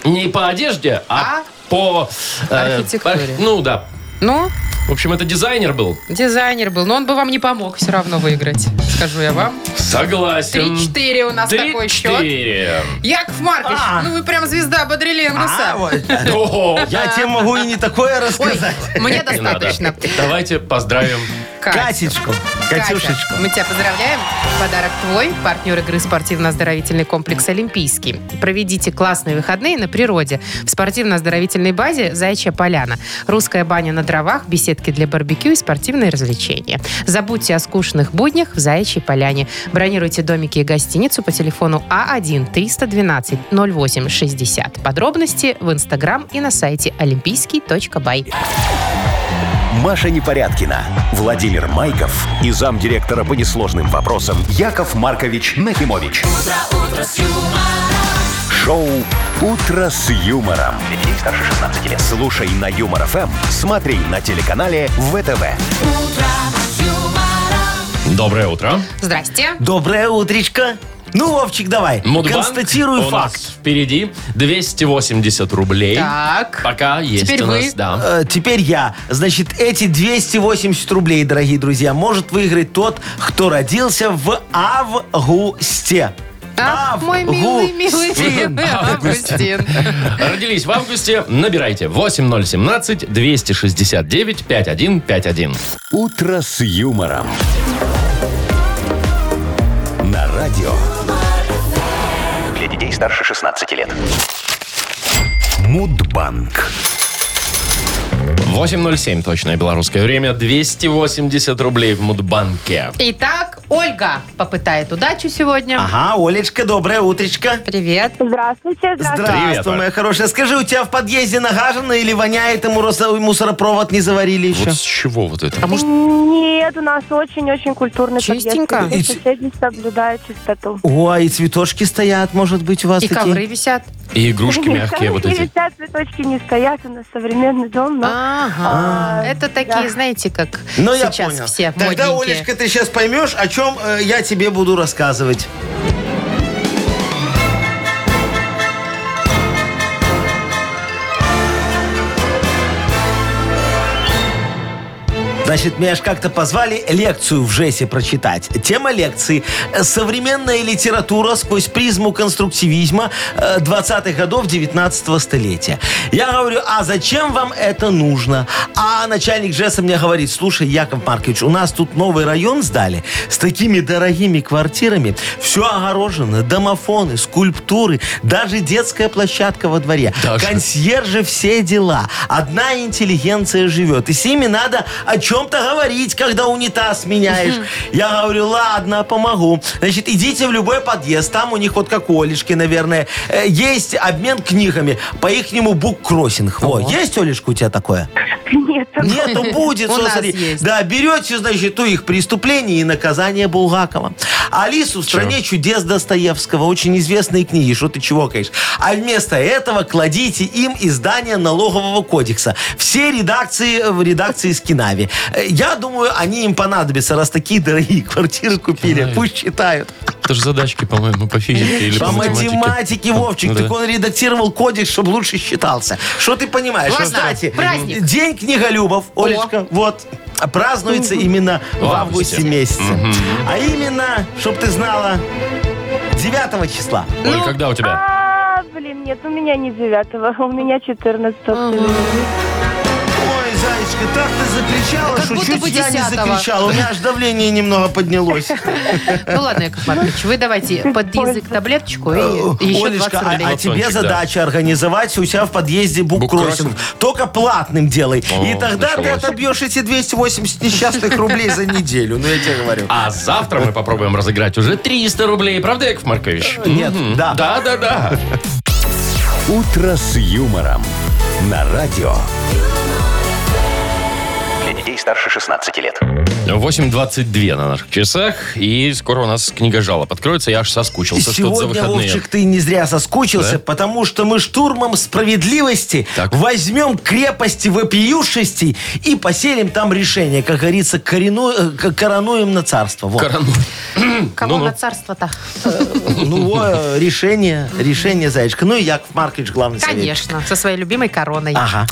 Speaker 4: не по одежде, а,
Speaker 2: А?
Speaker 4: по... э,
Speaker 2: Архитектуре.
Speaker 4: арх- ну да.
Speaker 2: Ну,
Speaker 4: В общем, это дизайнер был.
Speaker 2: дизайнер был, но он бы вам не помог все равно выиграть. Скажу я вам.
Speaker 4: Согласен.
Speaker 2: 3-4 у нас такой счет.
Speaker 4: Три-четыре.
Speaker 2: Яков Маркович,
Speaker 3: А.
Speaker 2: ну вы прям звезда Бодрилингуса.
Speaker 3: А, вот.
Speaker 4: О,
Speaker 3: Я тебе могу и не такое
Speaker 2: Ой,
Speaker 3: рассказать.
Speaker 2: мне
Speaker 4: не надо.
Speaker 2: достаточно.
Speaker 4: Давайте поздравим.
Speaker 2: Катя.
Speaker 3: Катечку,
Speaker 2: Катя,
Speaker 3: Катюшечку.
Speaker 2: мы тебя поздравляем. Подарок твой. Партнер игры спортивно-оздоровительный комплекс «Олимпийский». Проведите классные выходные на природе. В спортивно-оздоровительной базе «Заячья поляна». Русская баня на дровах, беседки для барбекю и спортивные развлечения. Забудьте о скучных буднях в «Заячьей поляне». Бронируйте домики и гостиницу по телефону А А1-312-08-60. Подробности в Инстаграм и на сайте олимпийский.бай.
Speaker 1: Маша Непорядкина, Владимир Майков и замдиректора по несложным вопросам Яков Маркович Нахимович. Шоу Утро с юмором. Для детей старше 16 лет. Слушай на юмор ФМ, смотри на телеканале ВТВ.
Speaker 4: Доброе утро.
Speaker 2: Здрасте.
Speaker 3: Доброе утречко. Ну, Вовчик, давай.
Speaker 4: Мудбанк
Speaker 3: Констатируй
Speaker 4: у
Speaker 3: факт.
Speaker 4: нас впереди 280 рублей.
Speaker 2: Так.
Speaker 4: Пока есть
Speaker 2: Теперь
Speaker 4: у нас,
Speaker 2: вы.
Speaker 4: да.
Speaker 3: Э, Теперь я. Значит, эти 280 рублей, дорогие друзья, может выиграть тот, кто родился в августе.
Speaker 2: Ах, А, мой милый, милый Августин.
Speaker 4: Родились в августе. Набирайте 8017 269 5151.
Speaker 1: Утро с юмором. На радио
Speaker 6: Для детей старше 16 лет.
Speaker 1: Мудбанк.
Speaker 4: 8.07 точное белорусское время. 280 рублей в Мудбанке.
Speaker 2: Итак, Ольга попытает удачу сегодня.
Speaker 3: Ага, Олечка, доброе утречко.
Speaker 2: Привет.
Speaker 7: Здравствуйте. Здравствуйте.
Speaker 4: Привет, Оль.
Speaker 3: Здравствуй, моя хорошая. Скажи, у тебя в подъезде нагажено или воняет, и мурос- мусоропровод не заварили еще?
Speaker 4: Вот с чего вот
Speaker 2: А
Speaker 4: это?
Speaker 7: Нет, у нас очень-очень культурный
Speaker 2: Чистенько.
Speaker 7: подъезд.
Speaker 3: И-
Speaker 7: Все соседи соблюдают чистоту.
Speaker 3: Ой, и цветочки стоят, может быть, у вас
Speaker 2: И
Speaker 3: такие?
Speaker 2: ковры висят.
Speaker 4: И игрушки мягкие вот
Speaker 7: Цветочки
Speaker 4: эти.
Speaker 7: висят, цветочки не стоят, у нас современный дом,
Speaker 2: А?
Speaker 7: но...
Speaker 2: Ага. Это такие, знаете, как
Speaker 3: Ну, я
Speaker 2: сейчас
Speaker 3: понял.
Speaker 2: все
Speaker 3: Тогда,
Speaker 2: модненькие.
Speaker 3: Олечка, ты сейчас поймешь, о чем э, я тебе буду рассказывать. Значит, меня ж как-то позвали лекцию в ЖЭСе прочитать. Тема лекции – современная литература сквозь призму конструктивизма э, 20-х годов 19 столетия. Я говорю, а зачем вам это нужно? А начальник ЖЭСа мне говорит, слушай, Яков Маркович, у нас тут новый район сдали с такими дорогими квартирами. Все огорожено, домофоны, скульптуры, даже детская площадка во дворе.
Speaker 4: Даже?
Speaker 3: Консьержи все дела. Одна интеллигенция живет. И с ними надо о чем-то говорить, когда унитаз меняешь. Я говорю, ладно, помогу. Значит, идите в любой подъезд. Там у них вот как у Олешки, наверное, э, есть обмен книгами по ихнему буккроссинг. Во, есть, Олешка, у тебя такое?
Speaker 7: нет.
Speaker 3: Нету, будет,
Speaker 2: У
Speaker 3: всё,
Speaker 2: нас
Speaker 3: смотри.
Speaker 2: есть.
Speaker 3: Да, берете, значит, у их преступление и наказание Булгакова. Алису в стране чудес Достоевского. Очень известные книги, что ты чего, конечно. А вместо этого кладите им издание налогового кодекса. Все редакции в редакции Скинави. Э, Я думаю, они им понадобятся, раз такие дорогие квартиры купили.
Speaker 4: Скинави.
Speaker 3: Пусть читают.
Speaker 4: Это же задачки, по-моему, по физике или по,
Speaker 3: По математике, Вовчик,
Speaker 4: Ну
Speaker 3: так
Speaker 4: да.
Speaker 3: он редактировал кодекс, чтобы лучше считался. Что ты понимаешь?
Speaker 2: Ладно,
Speaker 3: Кстати,
Speaker 2: праздник.
Speaker 3: День книголюбов, Олечка, вот, празднуется именно в
Speaker 4: августе.
Speaker 3: августе месяце. А именно, чтобы ты знала, 9 числа.
Speaker 4: Оль, когда у тебя?
Speaker 7: А, блин, нет, у меня не 9 у меня 14
Speaker 3: Ой, Зайчка, так ты закричала,
Speaker 2: Как
Speaker 3: что
Speaker 2: будто
Speaker 3: чуть
Speaker 2: бы
Speaker 3: я не
Speaker 2: 10-го.
Speaker 3: закричала. У меня аж давление немного поднялось.
Speaker 2: Ну ладно, Яков Маркович, вы давайте под язык таблеточку и еще
Speaker 3: Олечка,
Speaker 2: 20
Speaker 3: а, а
Speaker 2: рублей.
Speaker 3: тебе
Speaker 4: Батончик, да.
Speaker 3: задача организовать у себя в подъезде буккроссинг. Только платным делай.
Speaker 4: О,
Speaker 3: и тогда ты
Speaker 4: началось.
Speaker 3: отобьешь эти 280 несчастных рублей за неделю. Ну, я тебе говорю.
Speaker 4: А завтра мы попробуем разыграть уже 300 рублей. Правда, Яков Маркович?
Speaker 3: Нет, да.
Speaker 4: А, Да, да, да.
Speaker 1: «Утро с юмором» на радио.
Speaker 6: Для детей старше 16 лет.
Speaker 4: 8.22 на наших часах. И скоро у нас книга жалоб откроется. Я аж соскучился, что это за
Speaker 3: Сегодня,
Speaker 4: выходные.
Speaker 3: Вовчик, ты не зря соскучился,
Speaker 4: Да?
Speaker 3: потому что мы штурмом справедливости
Speaker 4: Так.
Speaker 3: возьмем крепости вопиюшести и поселим там решение, как говорится, корену- э, к- коронуем на царство. Вот.
Speaker 4: Карану.
Speaker 2: Кого
Speaker 4: Ну-ну.
Speaker 2: на царство-то?
Speaker 3: Ну, во, э, решение, решение, Зайчка. Ну, и Яков Маркович, главный советчик.
Speaker 2: Конечно, со своей любимой короной.
Speaker 3: Ага.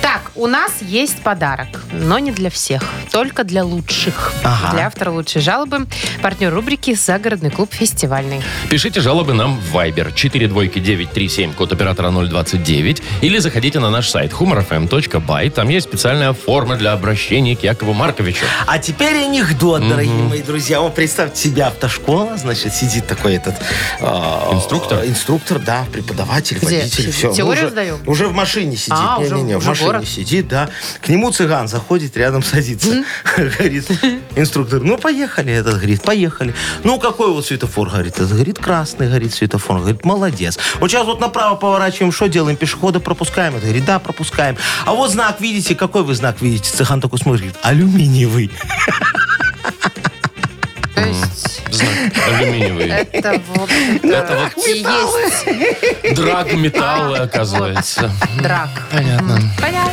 Speaker 2: Так, у нас есть подарок, но не для всех, только для лучших.
Speaker 3: Ага.
Speaker 2: Для автора лучшей жалобы, партнер рубрики «Загородный клуб фестивальный».
Speaker 4: Пишите жалобы нам в Viber 42937, код оператора 029, или заходите на наш сайт humorfm.by. Там есть специальная форма для обращения к Якову Марковичу.
Speaker 3: А теперь анекдот, дорогие мои друзья. Вот представьте себе автошкола, значит, сидит такой этот... э,
Speaker 4: Инструктор?
Speaker 3: Инструктор, да, преподаватель,
Speaker 2: Где?
Speaker 3: водитель. Все,
Speaker 2: Теорию
Speaker 3: уже,
Speaker 2: сдаем?
Speaker 3: Уже в машине сидит.
Speaker 2: А, уже-
Speaker 3: Не-не-не, в
Speaker 2: уже
Speaker 3: машине
Speaker 2: город.
Speaker 3: сидит, да. К нему цыган заходит, рядом садится. Говорит, инструктор, ну, поехали. Этот говорит, поехали. Ну, какой вот светофор, говорит. Этот говорит, красный, говорит, светофор. Говорит, молодец. Вот сейчас вот направо поворачиваем, что делаем? Пешехода пропускаем? Этот говорит, да, пропускаем. А вот знак видите? Какой вы знак видите? Цыган такой смотрит, говорит, алюминиевый.
Speaker 2: То есть
Speaker 4: Знак алюминиевый.
Speaker 2: это, в общем-то, и есть
Speaker 4: Драг металла, оказывается.
Speaker 2: драк.
Speaker 4: Понятно.
Speaker 2: Понятно.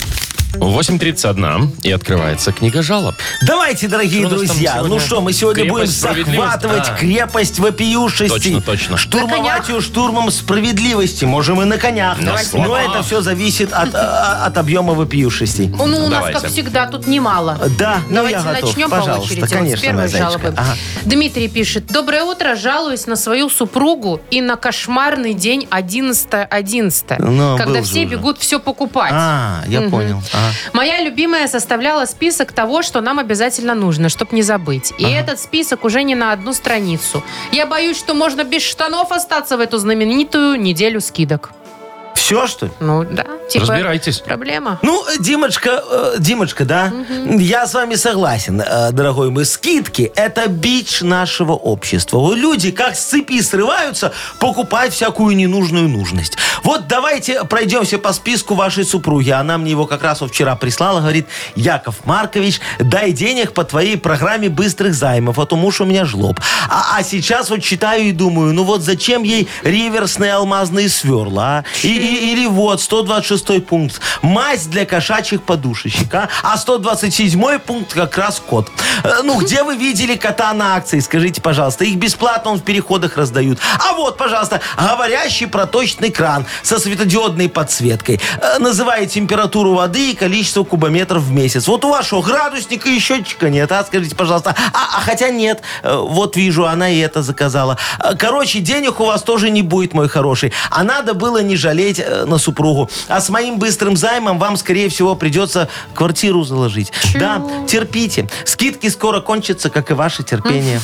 Speaker 4: 8.31 и открывается книга жалоб.
Speaker 3: Давайте, дорогие
Speaker 4: Что у нас там
Speaker 3: друзья,
Speaker 4: сегодня?
Speaker 3: ну что, мы сегодня будем
Speaker 4: Крепость справедливости?
Speaker 3: захватывать
Speaker 4: А.
Speaker 3: крепость вопиюшести.
Speaker 4: Точно, точно.
Speaker 2: На
Speaker 3: Штурмовать
Speaker 2: конях?
Speaker 3: ее штурмом справедливости. Можем и на конях.
Speaker 4: На
Speaker 3: Но
Speaker 4: слонах.
Speaker 3: это все зависит от, а, от объема вопиюшести.
Speaker 2: Ну, у нас,
Speaker 4: Давайте.
Speaker 2: как всегда, тут немало.
Speaker 3: Да, ну
Speaker 2: Давайте
Speaker 3: я готов.
Speaker 2: начнем
Speaker 3: Пожалуйста,
Speaker 2: по очереди. Вот
Speaker 3: конечно,
Speaker 2: с первой
Speaker 3: моя зайчка.
Speaker 2: жалобы.
Speaker 3: Ага.
Speaker 2: Дмитрий пишет. Доброе утро. Жалуюсь на свою супругу и на кошмарный день 11.11.
Speaker 3: Ну,
Speaker 2: когда
Speaker 3: был же
Speaker 2: все
Speaker 3: уже.
Speaker 2: бегут все покупать.
Speaker 3: А, я
Speaker 2: Мгм.
Speaker 3: понял. Ага.
Speaker 2: Моя любимая составляла список того, что нам обязательно нужно, чтобы не забыть. И этот список уже не на одну страницу. Я боюсь, что можно без штанов остаться в эту знаменитую неделю скидок.
Speaker 3: Все, что ли?
Speaker 2: Ну да, типа
Speaker 4: Разбирайтесь.
Speaker 2: проблема.
Speaker 3: Ну, э, Димочка, э, Димочка, да, я с вами согласен, э, дорогой мой. Скидки – это бич нашего общества. Вот Люди как с цепи срываются покупать всякую ненужную нужность. Вот давайте пройдемся по списку вашей супруги. Она мне его как раз вот вчера прислала, говорит, Яков Маркович, дай денег по твоей программе быстрых займов, а то муж у меня жлоб. А, а сейчас вот читаю и думаю, ну вот зачем ей реверсные алмазные сверла, а? И- и- или вот 126 пункт, мазь для кошачьих подушечек, а? А 127 пункт как раз кот. Э, Ну где вы видели кота на акции, скажите, пожалуйста, их бесплатно он в переходах раздают. А вот, пожалуйста, говорящий проточный кран со светодиодной подсветкой. Э, Называет температуру воды и количество кубометров в месяц. Вот у вашего градусника и счетчика нет, а? Скажите, пожалуйста. А, а хотя нет, Э, вот вижу, она и это заказала. Э, Короче, денег у вас тоже не будет, мой хороший. А надо было не жалеть э, на супругу. А с моим быстрым займом вам, скорее всего, придется квартиру заложить. Да, терпите. Скидки скоро кончатся, как и ваше терпение.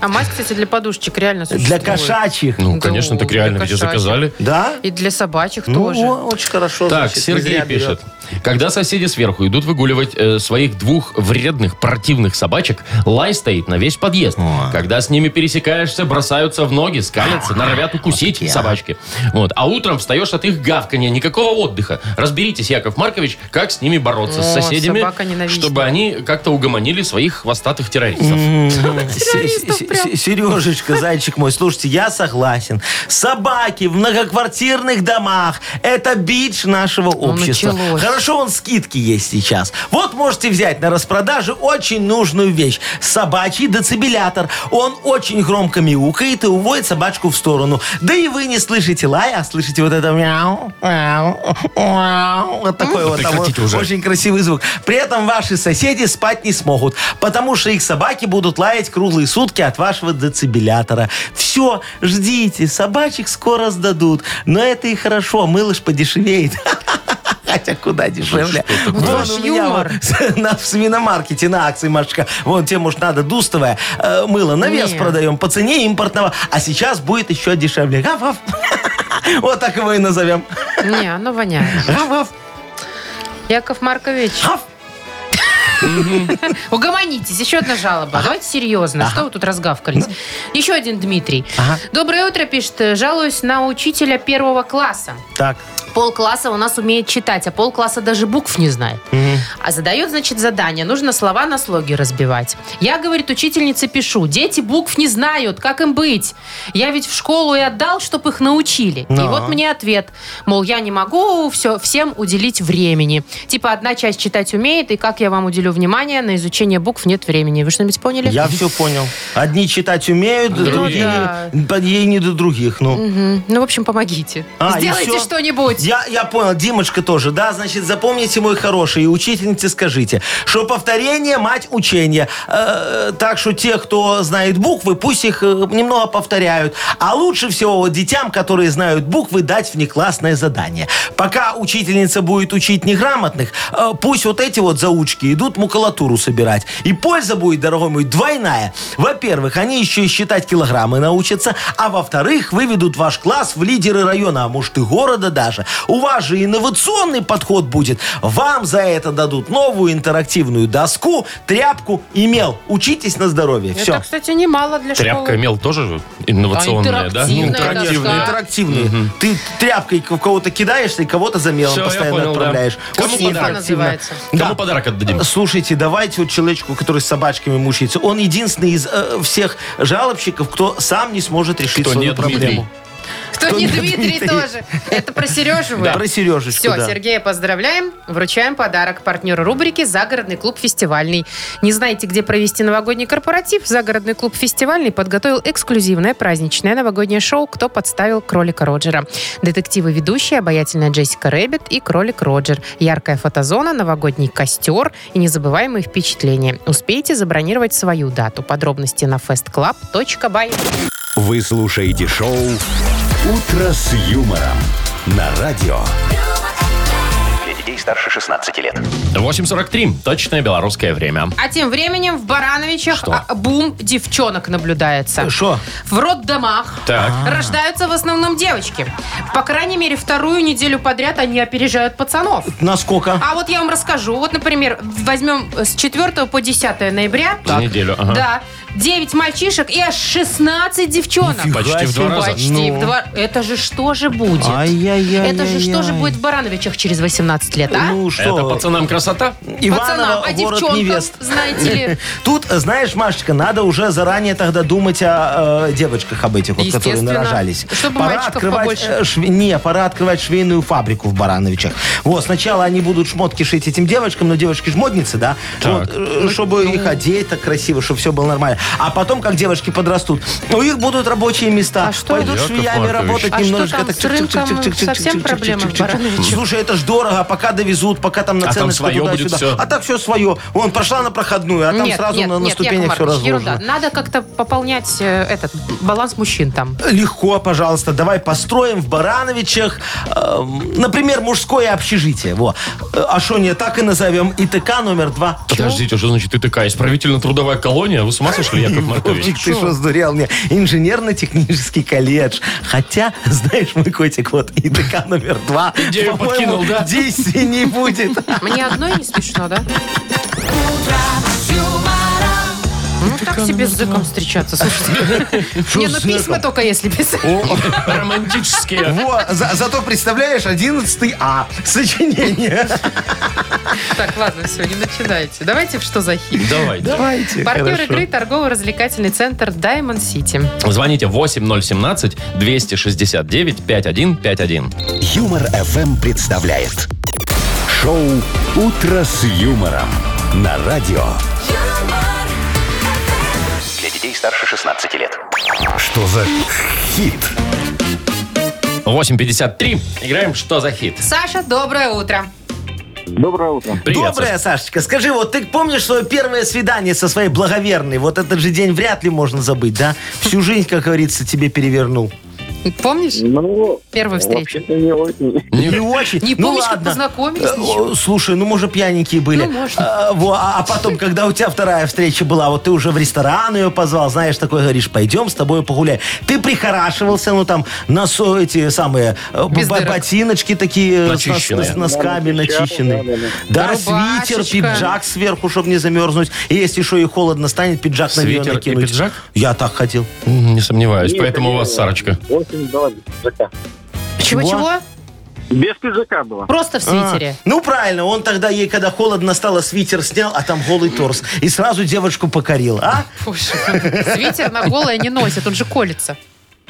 Speaker 2: А мать, кстати, для подушечек реально
Speaker 3: Для
Speaker 2: существует.
Speaker 3: кошачьих.
Speaker 4: Ну,
Speaker 2: Да,
Speaker 4: конечно, так
Speaker 2: для
Speaker 4: реально, где
Speaker 2: кошачьих.
Speaker 4: заказали.
Speaker 3: Да?
Speaker 2: И для собачек
Speaker 3: Ну,
Speaker 2: тоже.
Speaker 3: о, очень хорошо.
Speaker 4: Так,
Speaker 3: значит, не
Speaker 4: Сергей
Speaker 3: зря берет.
Speaker 4: пишет. Когда соседи сверху идут выгуливать э, своих двух вредных, противных собачек, лай стоит на весь подъезд. Когда с ними пересекаешься, бросаются в ноги, скалятся, норовят укусить собачки. Вот. А утром встаешь от их гавканья, никакого отдыха. Разберитесь, Яков Маркович, как с ними бороться, с
Speaker 2: О,
Speaker 4: соседями,
Speaker 2: собака ненавистная.
Speaker 4: чтобы они как-то угомонили своих хвостатых террористов.
Speaker 2: террористов прям.
Speaker 3: Сережечка, зайчик мой, слушайте, я согласен. Собаки в многоквартирных домах – это бич нашего общества.
Speaker 2: Ну, началось.
Speaker 3: Хорошо, он скидки есть сейчас. Вот можете взять на распродаже очень нужную вещь – собачий децибелятор. Он очень громко мяукает и уводит собачку в сторону. Да и вы не слышите лая, а слышите вот это мяу, мяу, мяу. Вот такой вот там
Speaker 4: Ну, Прекратите уже.
Speaker 3: очень красивый звук. При этом ваши соседи спать не смогут, потому что их собаки будут лаять круглые сутки от вашего децибелятора. Все, ждите, собачек скоро сдадут. Но это и хорошо, мыло ж подешевеет. Хотя куда дешевле. Вон
Speaker 2: Ваш
Speaker 3: у Ну, меня
Speaker 2: юмор.
Speaker 3: вот на- в свиномаркете на акции, Машечка. Вон тебе, может, надо дустовое э, мыло на вес
Speaker 2: Не.
Speaker 3: продаем по цене импортного. А сейчас будет еще дешевле. Гав-гав. Вот так его и назовем.
Speaker 2: Не, оно воняет.
Speaker 3: Гав-гав.
Speaker 2: Яков Маркович,
Speaker 3: Гав.
Speaker 2: угомонитесь. Еще одна жалоба. Давайте серьезно. Что вы тут разгавкались? Еще один Дмитрий.
Speaker 3: Ну. Ага.
Speaker 2: Доброе утро, пишет. Жалуюсь на учителя первого класса.
Speaker 3: Так.
Speaker 2: Полкласса у нас умеет читать, а полкласса даже букв не знает. А задает, значит, задание. Нужно слова на слоги разбивать. Я, говорит, учительнице пишу. Дети букв не знают, как им быть? Я ведь в школу и отдал, чтобы их научили. И
Speaker 3: Да.
Speaker 2: вот мне ответ. Мол, я не могу все, всем уделить времени. Типа, одна часть читать умеет, и как я вам уделю внимание, на изучение букв нет времени. Вы что-нибудь поняли?
Speaker 3: Я все понял. Одни читать умеют,
Speaker 2: Ну
Speaker 3: другие
Speaker 2: да.
Speaker 3: да ей не до других. Ну.
Speaker 2: Мгм. Ну, в общем, помогите.
Speaker 3: А, и
Speaker 2: Сделайте
Speaker 3: всё?
Speaker 2: что-нибудь.
Speaker 3: Я, я понял, Димочка тоже. Да, значит, запомните, мой хороший, и учительнице скажите, что повторение – мать учения. Э, так что те, кто знает буквы, пусть их э, немного повторяют. А лучше всего вот детям, которые знают буквы, дать внеклассное задание. Пока учительница будет учить неграмотных, э, пусть вот эти вот заучки идут макулатуру собирать. И польза будет, дорогой мой, двойная. Во-первых, они еще и считать килограммы научатся, а во-вторых, выведут ваш класс в лидеры района, а может и города даже. У вас же инновационный подход будет. Вам за это дадут новую интерактивную доску, тряпку и мел. Учитесь на здоровье. Все.
Speaker 2: Это, кстати, немало для
Speaker 4: Тряпка и
Speaker 2: школы.
Speaker 4: мел тоже инновационная, да?
Speaker 2: А интерактивная
Speaker 4: Интерактивная.
Speaker 2: доска.
Speaker 3: Интерактивные. Ты тряпкой в кого-то кидаешься и кого-то за мелом
Speaker 4: Всё, я
Speaker 3: постоянно
Speaker 4: понял, да.
Speaker 3: отправляешь.
Speaker 4: Кому
Speaker 3: Очень
Speaker 4: подарок?
Speaker 3: интерактивно.
Speaker 2: Называется.
Speaker 4: Кому подарок отдадим?
Speaker 3: Слушайте, давайте вот человечку, который с собачками мучается, он единственный из э, всех жалобщиков, кто сам не сможет решить
Speaker 4: Кто
Speaker 3: свою
Speaker 4: не Дмитрий.
Speaker 3: проблему.
Speaker 2: Кто
Speaker 3: Кто
Speaker 2: не
Speaker 3: не
Speaker 2: Дмитрий
Speaker 3: Дмитрий.
Speaker 2: тоже. Это про Сережу вы?
Speaker 3: Про Сережечку,
Speaker 2: Все,
Speaker 3: да.
Speaker 2: Сергея поздравляем. Вручаем подарок партнеру рубрики «Загородный клуб фестивальный». Не знаете, где провести новогодний корпоратив? «Загородный клуб фестивальный» подготовил эксклюзивное праздничное новогоднее шоу «Кто подставил кролика Роджера». Детективы-ведущие, обаятельная Джессика Рэббит и кролик Роджер. Яркая фотозона, новогодний костер и незабываемые впечатления. Успейте забронировать свою дату. Подробности на festclub.by.
Speaker 1: Вы слушаете шоу «Утро с юмором» на радио.
Speaker 6: Для детей старше 16 лет.
Speaker 4: 8.43. Точное белорусское время.
Speaker 2: А тем временем в Барановичах
Speaker 4: Что?
Speaker 2: а, бум девчонок наблюдается.
Speaker 3: Что?
Speaker 2: В роддомах
Speaker 4: Так.
Speaker 2: рождаются в основном девочки. По крайней мере, вторую неделю подряд они опережают пацанов.
Speaker 3: Насколько?
Speaker 2: А вот я вам расскажу. Вот, например, возьмем э, с 4 по 10 ноября.
Speaker 4: За неделю, ага.
Speaker 2: Да. 9 мальчишек и аж 16 девчонок.
Speaker 3: Нифига
Speaker 4: Почти в
Speaker 3: себе. Ну
Speaker 4: два раза.
Speaker 2: Почти в два- Это же что же будет?
Speaker 3: Ай-яй-яй-яй-яй.
Speaker 2: Это же что же будет в Барановичах через 18 лет, а?
Speaker 3: Ну что?
Speaker 4: Это пацанам красота?
Speaker 3: Иваново,
Speaker 2: Пацанам, а
Speaker 3: город
Speaker 2: девчонкам,
Speaker 3: невест.
Speaker 2: знаете ли.
Speaker 3: Тут, э, знаешь, Машечка, надо уже заранее тогда думать о э, девочках об этих, вот, которые
Speaker 2: Естественно.
Speaker 3: нарожались.
Speaker 2: Чтобы
Speaker 3: пора
Speaker 2: мальчиков
Speaker 3: открывать,
Speaker 2: побольше.
Speaker 3: э, шве- не, пора открывать швейную фабрику в Барановичах. Вот, сначала они будут шмотки шить этим девочкам, но девочки ж модницы, да? Вот,
Speaker 2: Ну,
Speaker 3: э, чтобы их одеть так красиво, чтобы все было нормально. А потом, как девочки подрастут, у них будут рабочие места.
Speaker 2: А что?
Speaker 3: Пойдут
Speaker 4: Яков
Speaker 3: швеями
Speaker 4: Маркович.
Speaker 3: работать
Speaker 2: А что
Speaker 3: немножечко.
Speaker 2: там
Speaker 3: так
Speaker 2: с
Speaker 3: чик- чик- чик-
Speaker 2: рынком?
Speaker 3: чик- чик- чик-
Speaker 2: Совсем
Speaker 3: чик- чик-
Speaker 2: проблемы
Speaker 3: чик-
Speaker 2: в
Speaker 3: чик- чик-
Speaker 2: Барановичах.
Speaker 3: Слушай, это ж дорого, а пока довезут, пока там
Speaker 4: А там
Speaker 3: наценочка
Speaker 4: свое будет
Speaker 3: туда-сюда.
Speaker 4: всё.
Speaker 3: А так все свое. Вон, прошла на проходную, а там
Speaker 2: Нет,
Speaker 3: сразу
Speaker 2: нет,
Speaker 3: на, на
Speaker 2: нет,
Speaker 3: ступенях
Speaker 2: Яков
Speaker 3: все
Speaker 2: Маркович,
Speaker 3: разложено.
Speaker 2: ерунда. Надо как-то пополнять э, этот баланс мужчин там.
Speaker 3: Легко, пожалуйста, давай построим в Барановичах, э, например, мужское общежитие. Во. Э, А что не так и назовем? ИТК номер два.
Speaker 4: Подождите, что значит ИТК? Исправительно-трудовая колония? Вы с ума сошли? что ли, Яков Маркович?
Speaker 3: Вовчик, ты что, сдурел мне? Инженерно-технический колледж. Хотя, знаешь, мой котик, вот и ДК номер два.
Speaker 4: Идею
Speaker 3: по-моему,
Speaker 4: подкинул, да?
Speaker 3: Действий не будет.
Speaker 2: Мне одной не смешно, да? Ну, так себе с зыком встречаться, слушайте. Не, ну
Speaker 3: с зыком?
Speaker 2: письма только если писать.
Speaker 4: Романтические.
Speaker 3: Во, за- зато представляешь, 11 А. Сочинение.
Speaker 2: Так, ладно, все, не начинайте. Давайте в что за хит.
Speaker 4: Давай.
Speaker 3: Давайте.
Speaker 2: Партнер
Speaker 3: хорошо.
Speaker 2: игры торгово-развлекательный центр Diamond City.
Speaker 4: Звоните 8017-269-5151.
Speaker 1: Юмор FM представляет шоу Утро с юмором на радио.
Speaker 8: юмор,
Speaker 6: Для детей старше 16 лет.
Speaker 1: Что за хит?
Speaker 4: 8.53. Играем «Что за хит?»
Speaker 2: Саша, доброе утро.
Speaker 5: Доброе утро.
Speaker 4: Привет,
Speaker 3: Добрая,
Speaker 4: Саш.
Speaker 3: Сашечка. Скажи, вот ты помнишь свое первое свидание со своей благоверной? Вот этот же день вряд ли можно забыть, да? Всю жизнь, как говорится, тебе перевернул.
Speaker 2: Помнишь
Speaker 5: Ну,
Speaker 2: первую встречу?
Speaker 5: вообще-то не очень.
Speaker 4: Не-
Speaker 3: Не очень.
Speaker 2: Не
Speaker 3: Ну
Speaker 2: помнишь, как
Speaker 3: ладно.
Speaker 2: познакомились?
Speaker 3: Э,
Speaker 2: ничего?
Speaker 3: о, Слушай, ну мы же пьяненькие были.
Speaker 2: Ну, можно.
Speaker 3: А, во, а а потом, когда у тебя вторая встреча была, вот ты уже в ресторан ее позвал, знаешь, такой говоришь, пойдем с тобой погуляй. Ты прихорашивался, ну там, носо эти самые э, б-
Speaker 2: Без
Speaker 3: б-
Speaker 2: дырок.
Speaker 3: ботиночки такие э, с- с,
Speaker 4: Начищенные.
Speaker 3: с носками
Speaker 5: Да, начищал, да,
Speaker 3: начищенные.
Speaker 5: да,
Speaker 3: Да,
Speaker 2: Рубашечка.
Speaker 3: свитер, пиджак сверху, чтобы не замерзнуть. И если еще и холодно станет, пиджак на нее
Speaker 4: Свитер и
Speaker 3: накинуть.
Speaker 4: пиджак?
Speaker 3: Я так хотел.
Speaker 4: М, Не сомневаюсь,
Speaker 5: Нет,
Speaker 4: поэтому у
Speaker 5: не
Speaker 4: вас,
Speaker 5: было.
Speaker 4: Сарочка.
Speaker 5: Очень было без пиджака.
Speaker 2: Чего-чего?
Speaker 5: Без пиджака было.
Speaker 2: Просто в свитере.
Speaker 3: Ну, правильно, он тогда ей, когда холодно стало, свитер снял, а там голый торс. И сразу девочку покорил, а?
Speaker 2: Боже, Свитер на голое не носит, он же колется.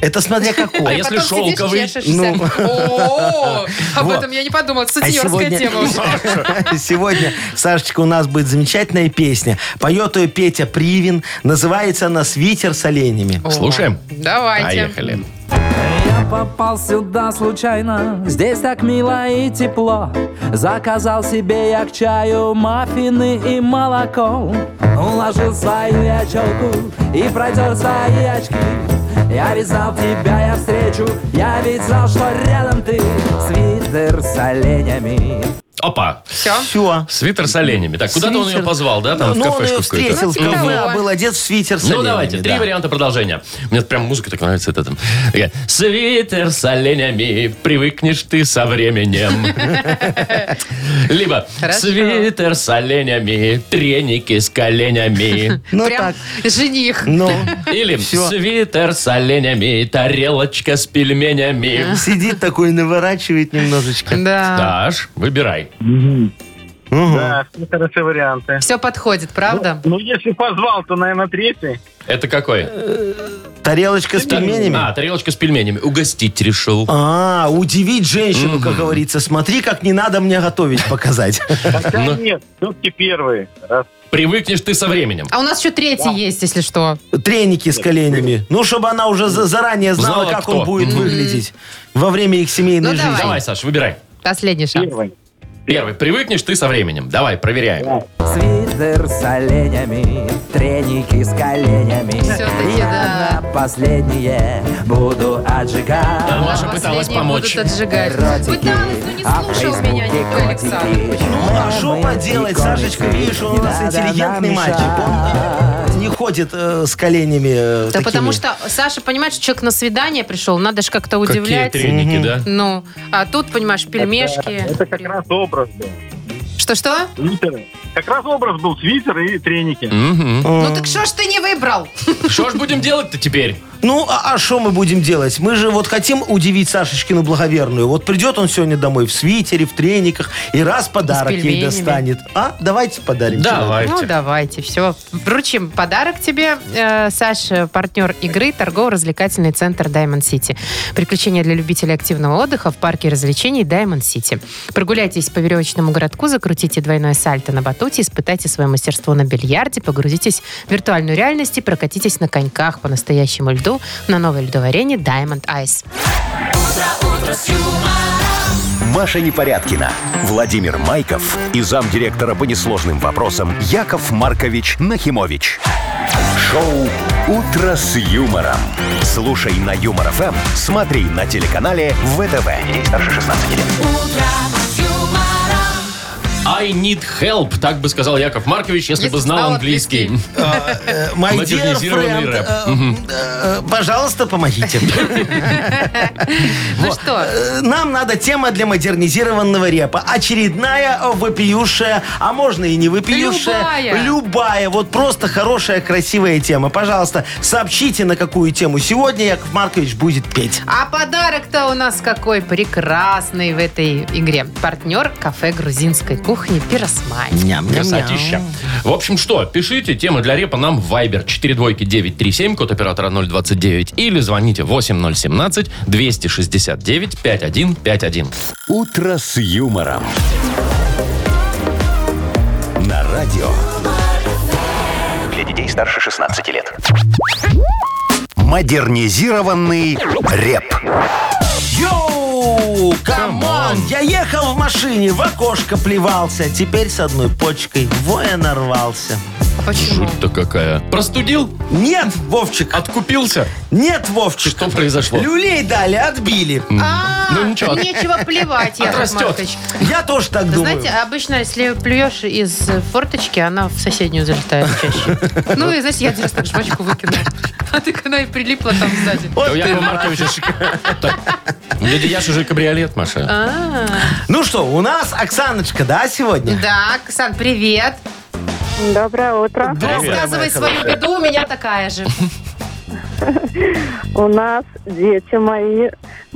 Speaker 3: Это смотря какой.
Speaker 4: А если
Speaker 2: потом сидишь,
Speaker 4: шелковый?
Speaker 2: чешешься.
Speaker 3: Ну.
Speaker 2: О, Об
Speaker 3: Вот.
Speaker 2: этом я не подумала. Это
Speaker 3: А
Speaker 2: сутенерская
Speaker 3: сегодня-
Speaker 2: тема. уже.
Speaker 3: Сегодня, Сашечка, у нас будет замечательная песня. Поет ее Петя Привин. Называется она «Свитер с оленями».
Speaker 4: Слушаем?
Speaker 2: Давайте.
Speaker 4: Поехали.
Speaker 9: Я попал сюда случайно, здесь так мило и тепло. Заказал себе я к чаю маффины и молоко. Уложил свою я челку и протер свои очки. Я вязал тебя, я встречу, я ведь знал, что рядом ты. Свитер с оленями.
Speaker 4: Опа.
Speaker 2: Все.
Speaker 3: Все.
Speaker 4: Свитер с оленями. Так, куда-то он ее позвал, да? Там в
Speaker 3: ну, он
Speaker 4: кафешку
Speaker 3: ее
Speaker 4: какую-то.
Speaker 3: встретил,
Speaker 2: Ну,
Speaker 3: ну,
Speaker 2: да.
Speaker 3: да, был одет в свитер с
Speaker 4: Ну,
Speaker 3: оленями,
Speaker 4: давайте, три
Speaker 3: да.
Speaker 4: варианта продолжения. Мне прям музыка так нравится. Это, там. Такая, Свитер с оленями, привыкнешь ты со временем. Либо
Speaker 2: Хорошо.
Speaker 4: свитер с оленями, треники с коленями.
Speaker 3: Ну,
Speaker 2: Прям
Speaker 3: так,
Speaker 2: жених.
Speaker 3: ну,
Speaker 4: Или
Speaker 3: Всё.
Speaker 4: свитер с оленями, тарелочка с пельменями.
Speaker 3: сидит такой, наворачивает немножечко.
Speaker 2: Да.
Speaker 4: Даш, выбирай.
Speaker 5: Да, все хорошие варианты.
Speaker 2: Все подходит, правда?
Speaker 5: Ну, если позвал, то, наверное, третий.
Speaker 4: Это какой?
Speaker 3: Тарелочка с Э, пельменями.
Speaker 4: А, тарелочка с пельменями. Угостить решил.
Speaker 3: А, удивить женщину, как говорится. Смотри, как не надо мне готовить, показать.
Speaker 5: Хотя
Speaker 4: Ну.
Speaker 5: нет, все-таки первый. Раз.
Speaker 4: Привыкнешь ты со временем.
Speaker 2: А у нас еще третий есть, если что.
Speaker 3: Треники с коленями. Ну, чтобы она уже за- заранее знала,
Speaker 4: Знала,
Speaker 3: как
Speaker 4: кто.
Speaker 3: он будет выглядеть во время их семейной
Speaker 2: Ну,
Speaker 3: жизни.
Speaker 2: давай.
Speaker 4: Давай, Саш, выбирай.
Speaker 2: Последний шанс.
Speaker 5: Первый.
Speaker 4: Первый. Привыкнешь ты со временем. Давай, проверяем.
Speaker 9: Свитер с оленями, треники с коленями.
Speaker 2: Всё-таки
Speaker 9: И
Speaker 2: да.
Speaker 9: она последнее буду
Speaker 4: А
Speaker 9: отжигать.
Speaker 4: Маша пыталась
Speaker 2: Последние
Speaker 4: помочь.
Speaker 2: будут отжигать.
Speaker 9: Эротики,
Speaker 2: Пыталась, но не
Speaker 9: а в
Speaker 2: слушал меня
Speaker 9: Фейсбуке
Speaker 2: никто, Александр.
Speaker 9: котики.
Speaker 3: Ну, а
Speaker 9: Мамы
Speaker 3: что поделать,
Speaker 9: и
Speaker 3: Сашечка,
Speaker 9: комиксы.
Speaker 3: видишь, он у нас
Speaker 9: Не надо
Speaker 3: интеллигентный
Speaker 9: нам
Speaker 3: мальчик.
Speaker 9: мешать.
Speaker 3: Он не ходит э, с коленями э,
Speaker 2: Да
Speaker 3: такими.
Speaker 2: потому что Саша понимает, что человек на свидание пришел, надо же как-то
Speaker 4: Какие
Speaker 2: удивлять.
Speaker 4: треники, да?
Speaker 2: Ну, а тут, понимаешь, пельмешки.
Speaker 5: Это как раз образ был.
Speaker 2: Что-что?
Speaker 5: Свитеры. Как раз образ был свитер и треники.
Speaker 3: Э,
Speaker 4: Мгм.
Speaker 2: Ну так что ж ты не выбрал?
Speaker 4: Что ж будем делать-то теперь?
Speaker 3: Ну, а что мы будем делать? Мы же вот хотим удивить Сашечкину благоверную. Вот придет он сегодня домой в свитере, в трениках, и раз подарок ей
Speaker 2: пельменями.
Speaker 3: достанет. А, давайте подарим. человеку.
Speaker 2: Ну, давайте, все. Вручим подарок тебе, э, Саша, партнер игры, торгово-развлекательный центр Diamond City. Приключения для любителей активного отдыха в парке развлечений Diamond City. Прогуляйтесь по веревочному городку, закрутите двойное сальто на батуте, испытайте свое мастерство на бильярде, погрузитесь в виртуальную реальность и прокатитесь на коньках по настоящему льду на новой льдовой арене Diamond Ice.
Speaker 1: Маша Непорядкина, Владимир Майков и замдиректора по несложным вопросам Яков Маркович Нахимович. Шоу «Утро с юмором». Слушай на Юмор ФМ, смотри на телеканале ВТВ. Здесь старше 16 лет.
Speaker 4: I need help, так бы сказал Яков Маркович, если,
Speaker 2: Если
Speaker 4: бы знал
Speaker 2: знал
Speaker 4: английский.
Speaker 3: My Э, dear
Speaker 4: Модернизированный
Speaker 3: friend,
Speaker 4: рэп.
Speaker 3: э, э, пожалуйста, помогите.
Speaker 2: Ну что,
Speaker 3: Э, Нам надо тема для модернизированного репа. Очередная э, вопиющая, а можно и не вопиющая.
Speaker 2: Любая.
Speaker 3: Любая. Вот просто хорошая, красивая тема. Пожалуйста, сообщите, на какую тему сегодня Яков Маркович будет петь.
Speaker 2: а подарок-то у нас какой прекрасный в этой игре. Партнер кафе грузинской кухни «Пиросмай».
Speaker 4: Красотища. В общем, что, пишите темы для репа нам в Viber 42937, код оператора 029, или звоните 8017-269-5151.
Speaker 1: «Утро с юмором». На радио
Speaker 6: Для детей старше 16 лет.
Speaker 1: «Модернизированный реп».
Speaker 3: Йоу! Камон!
Speaker 4: Камон.
Speaker 3: Я ехал в машине, в окошко плевался. Теперь с одной почкой воя нарвался.
Speaker 2: А почему?
Speaker 4: Жуть-то какая. Простудил?
Speaker 3: Нет, Вовчик!
Speaker 4: Откупился?
Speaker 3: Нет, Вовчик!
Speaker 4: Что произошло?
Speaker 3: Люлей дали, отбили.
Speaker 2: А,
Speaker 4: Ну, ничего.
Speaker 2: нечего плевать, Яков
Speaker 4: Отрастет.
Speaker 2: Маркович.
Speaker 3: Я тоже так
Speaker 2: Вы
Speaker 3: думаю.
Speaker 2: Знаете, обычно, если плюешь из форточки, она в соседнюю залетает чаще. Ну, и, знаете, я один раз так жвачку выкинула. А так она и прилипла там сзади.
Speaker 4: Да у Якова Марковича шик- Так, у Дяди Яши же кабриолет, Маша.
Speaker 2: А,
Speaker 3: Ну что, у нас Оксаночка, да, сегодня?
Speaker 2: Да, Ксан, привет.
Speaker 7: Доброе утро.
Speaker 2: Рассказывай свою беду, у меня такая же.
Speaker 7: У нас дети мои,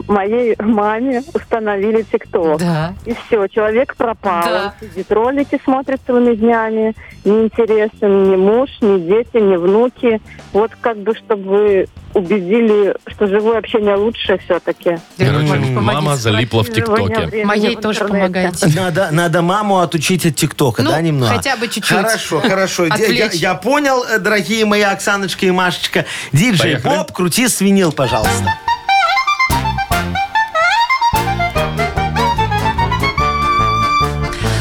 Speaker 7: моей маме установили ТикТок.
Speaker 2: Да.
Speaker 7: И все, человек пропал.
Speaker 2: Да.
Speaker 7: Он сидит, ролики смотрит целыми днями. Неинтересен ни муж, ни дети, ни внуки. Вот как бы, чтобы вы убедили, что живое общение лучше все-таки.
Speaker 4: Короче,
Speaker 2: Помогите.
Speaker 4: мама залипла в ТикТоке.
Speaker 2: Моей тоже помогайте.
Speaker 3: Надо, надо маму отучить от ТикТока,
Speaker 2: Ну,
Speaker 3: да, немного?
Speaker 2: хотя бы чуть-чуть.
Speaker 3: Хорошо, хорошо. Я, я-
Speaker 2: Отвлечь.
Speaker 3: я понял, э, дорогие мои Оксаночка и Машечка. Диджей
Speaker 4: Поехали.
Speaker 3: Боб, крути свинил, пожалуйста.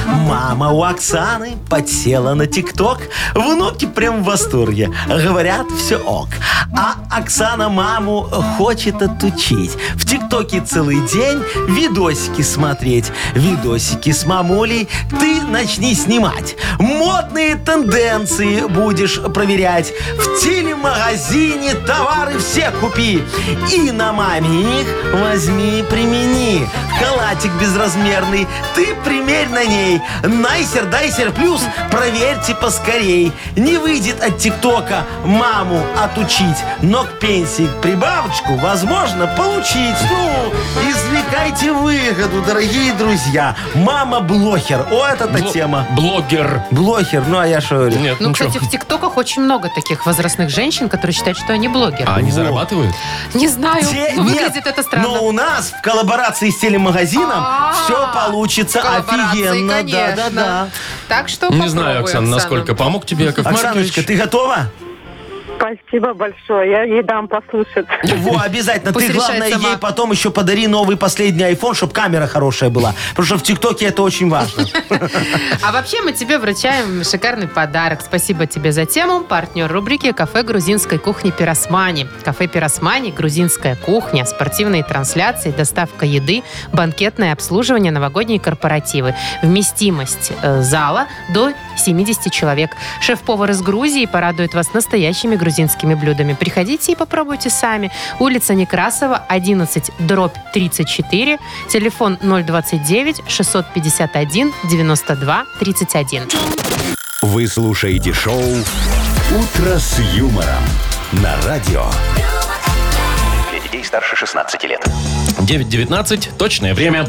Speaker 3: Мама у Оксаны подсела на ТикТок. Внуки прям в восторге. Говорят, все ок. А Оксана маму хочет отучить. В ТикТоке целый день видосики смотреть. Видосики с мамулей ты начни снимать. Модные тенденции будешь проверять. В телемагазине товары все купи. И на маме их возьми и примени. Халатик безразмерный ты примерь на ней. Найсер, дайсер плюс, проверьте поскорей. Не выйдет от ТикТока маму отучить, но к пенсии прибавочку возможно получить. Ну, извлекайте выгоду, дорогие друзья. Мама-блохер. О, это та
Speaker 4: Бло-
Speaker 3: тема.
Speaker 4: Блогер.
Speaker 3: Блохер, ну а я что говорю?
Speaker 4: Нет,
Speaker 2: Ну,
Speaker 4: ну что?
Speaker 2: кстати, в ТикТоках очень много таких возрастных женщин, которые считают, что они блогеры.
Speaker 4: А они
Speaker 3: Во.
Speaker 4: зарабатывают?
Speaker 2: Не знаю,
Speaker 3: Те-
Speaker 2: но
Speaker 3: нет,
Speaker 2: выглядит это странно.
Speaker 3: Но у нас в коллаборации с телемагазином
Speaker 2: А,
Speaker 3: все получится
Speaker 2: коллаборации,
Speaker 3: офигенно.
Speaker 2: конечно.
Speaker 3: Да-да-да.
Speaker 2: Так что
Speaker 4: Не
Speaker 2: попробуй,
Speaker 4: знаю, Оксана, насколько помог тебе Яков
Speaker 3: Оксаночка,
Speaker 4: Маркович.
Speaker 3: ты готова?
Speaker 7: Спасибо большое, я ей дам послушать.
Speaker 3: Во, обязательно.
Speaker 2: Пусть
Speaker 3: Ты,
Speaker 2: решает
Speaker 3: главное,
Speaker 2: сама.
Speaker 3: ей потом еще подари новый последний iPhone, чтобы камера хорошая была. Потому что в ТикТоке это очень важно.
Speaker 2: А вообще мы тебе вручаем шикарный подарок. Спасибо тебе за тему. Партнер рубрики «Кафе грузинской кухни Пиросмани». Кафе Пиросмани – грузинская кухня, спортивные трансляции, доставка еды, банкетное обслуживание, новогодние корпоративы. Вместимость э, зала до 70 человек. Шеф-повар из Грузии порадует вас настоящими грузинскими блюдами. Приходите и попробуйте сами. Улица Некрасова, 11, дробь 34, телефон 029 651 92 31.
Speaker 1: Вы слушаете шоу «Утро с юмором» на радио.
Speaker 6: Для детей старше 16 лет.
Speaker 4: 9.19, точное время.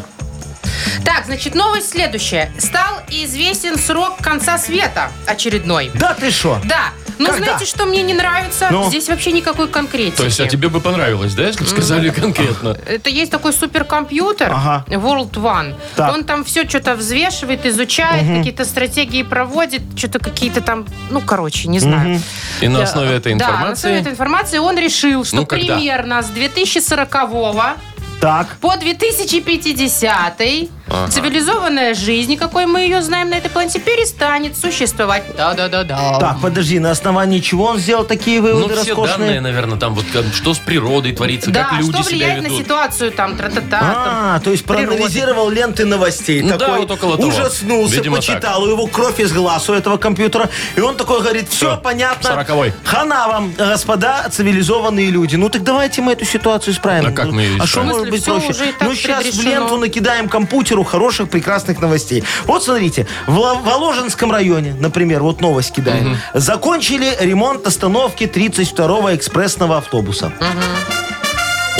Speaker 2: Так, значит, новость следующая. Стал известен срок конца света очередной.
Speaker 3: Да ты шо?
Speaker 2: Да, но
Speaker 3: Когда?
Speaker 2: знаете, что мне не нравится?
Speaker 3: Ну?
Speaker 2: Здесь вообще никакой конкретики.
Speaker 4: То есть, а тебе бы понравилось, да, если бы сказали конкретно?
Speaker 2: Это есть такой суперкомпьютер
Speaker 3: Ага.
Speaker 2: World One.
Speaker 3: Так.
Speaker 2: Он там все что-то взвешивает, изучает, какие-то стратегии проводит, что-то какие-то там, ну, короче, не знаю.
Speaker 4: И на
Speaker 2: Да,
Speaker 4: основе этой
Speaker 2: Да, на основе
Speaker 4: информации...
Speaker 2: этой информации он решил, что
Speaker 4: Ну, когда?
Speaker 2: примерно с 2040
Speaker 3: Так.
Speaker 2: по 2050 Цивилизованная жизнь, какой мы ее знаем на этой планете, перестанет существовать. Да-да-да-да.
Speaker 3: Так, подожди, на основании чего он сделал такие
Speaker 4: Ну,
Speaker 3: выводы
Speaker 4: все данные,
Speaker 3: роскошные?
Speaker 4: наверное, там вот как- что с природой творится,
Speaker 2: Да, а
Speaker 4: как люди
Speaker 2: что
Speaker 4: себя
Speaker 2: влияет на
Speaker 4: ведут.
Speaker 2: ситуацию там, тра-та-та. там.
Speaker 3: А, то есть
Speaker 2: природе.
Speaker 3: проанализировал ленты новостей.
Speaker 4: Ну да,
Speaker 3: такой
Speaker 4: вот около того.
Speaker 3: ужаснулся,
Speaker 4: Видимо,
Speaker 3: почитал, у его кровь из глаз у этого компьютера. И он такой говорит, все,
Speaker 4: Всё,
Speaker 3: понятно.
Speaker 4: сороковой.
Speaker 3: Хана вам, господа, цивилизованные люди. Ну так давайте мы эту ситуацию исправим.
Speaker 4: А как
Speaker 3: Ну,
Speaker 4: мы её
Speaker 3: А что
Speaker 4: исправим?
Speaker 3: может быть
Speaker 2: В смысле, всё
Speaker 3: проще?
Speaker 2: уже и так
Speaker 3: Ну сейчас в
Speaker 2: предрешено.
Speaker 3: ленту накидаем компьютеру хороших, прекрасных новостей. Вот смотрите, в Ло- Воложенском районе, например, вот новость кидаем. Закончили ремонт остановки 32-го экспрессного автобуса.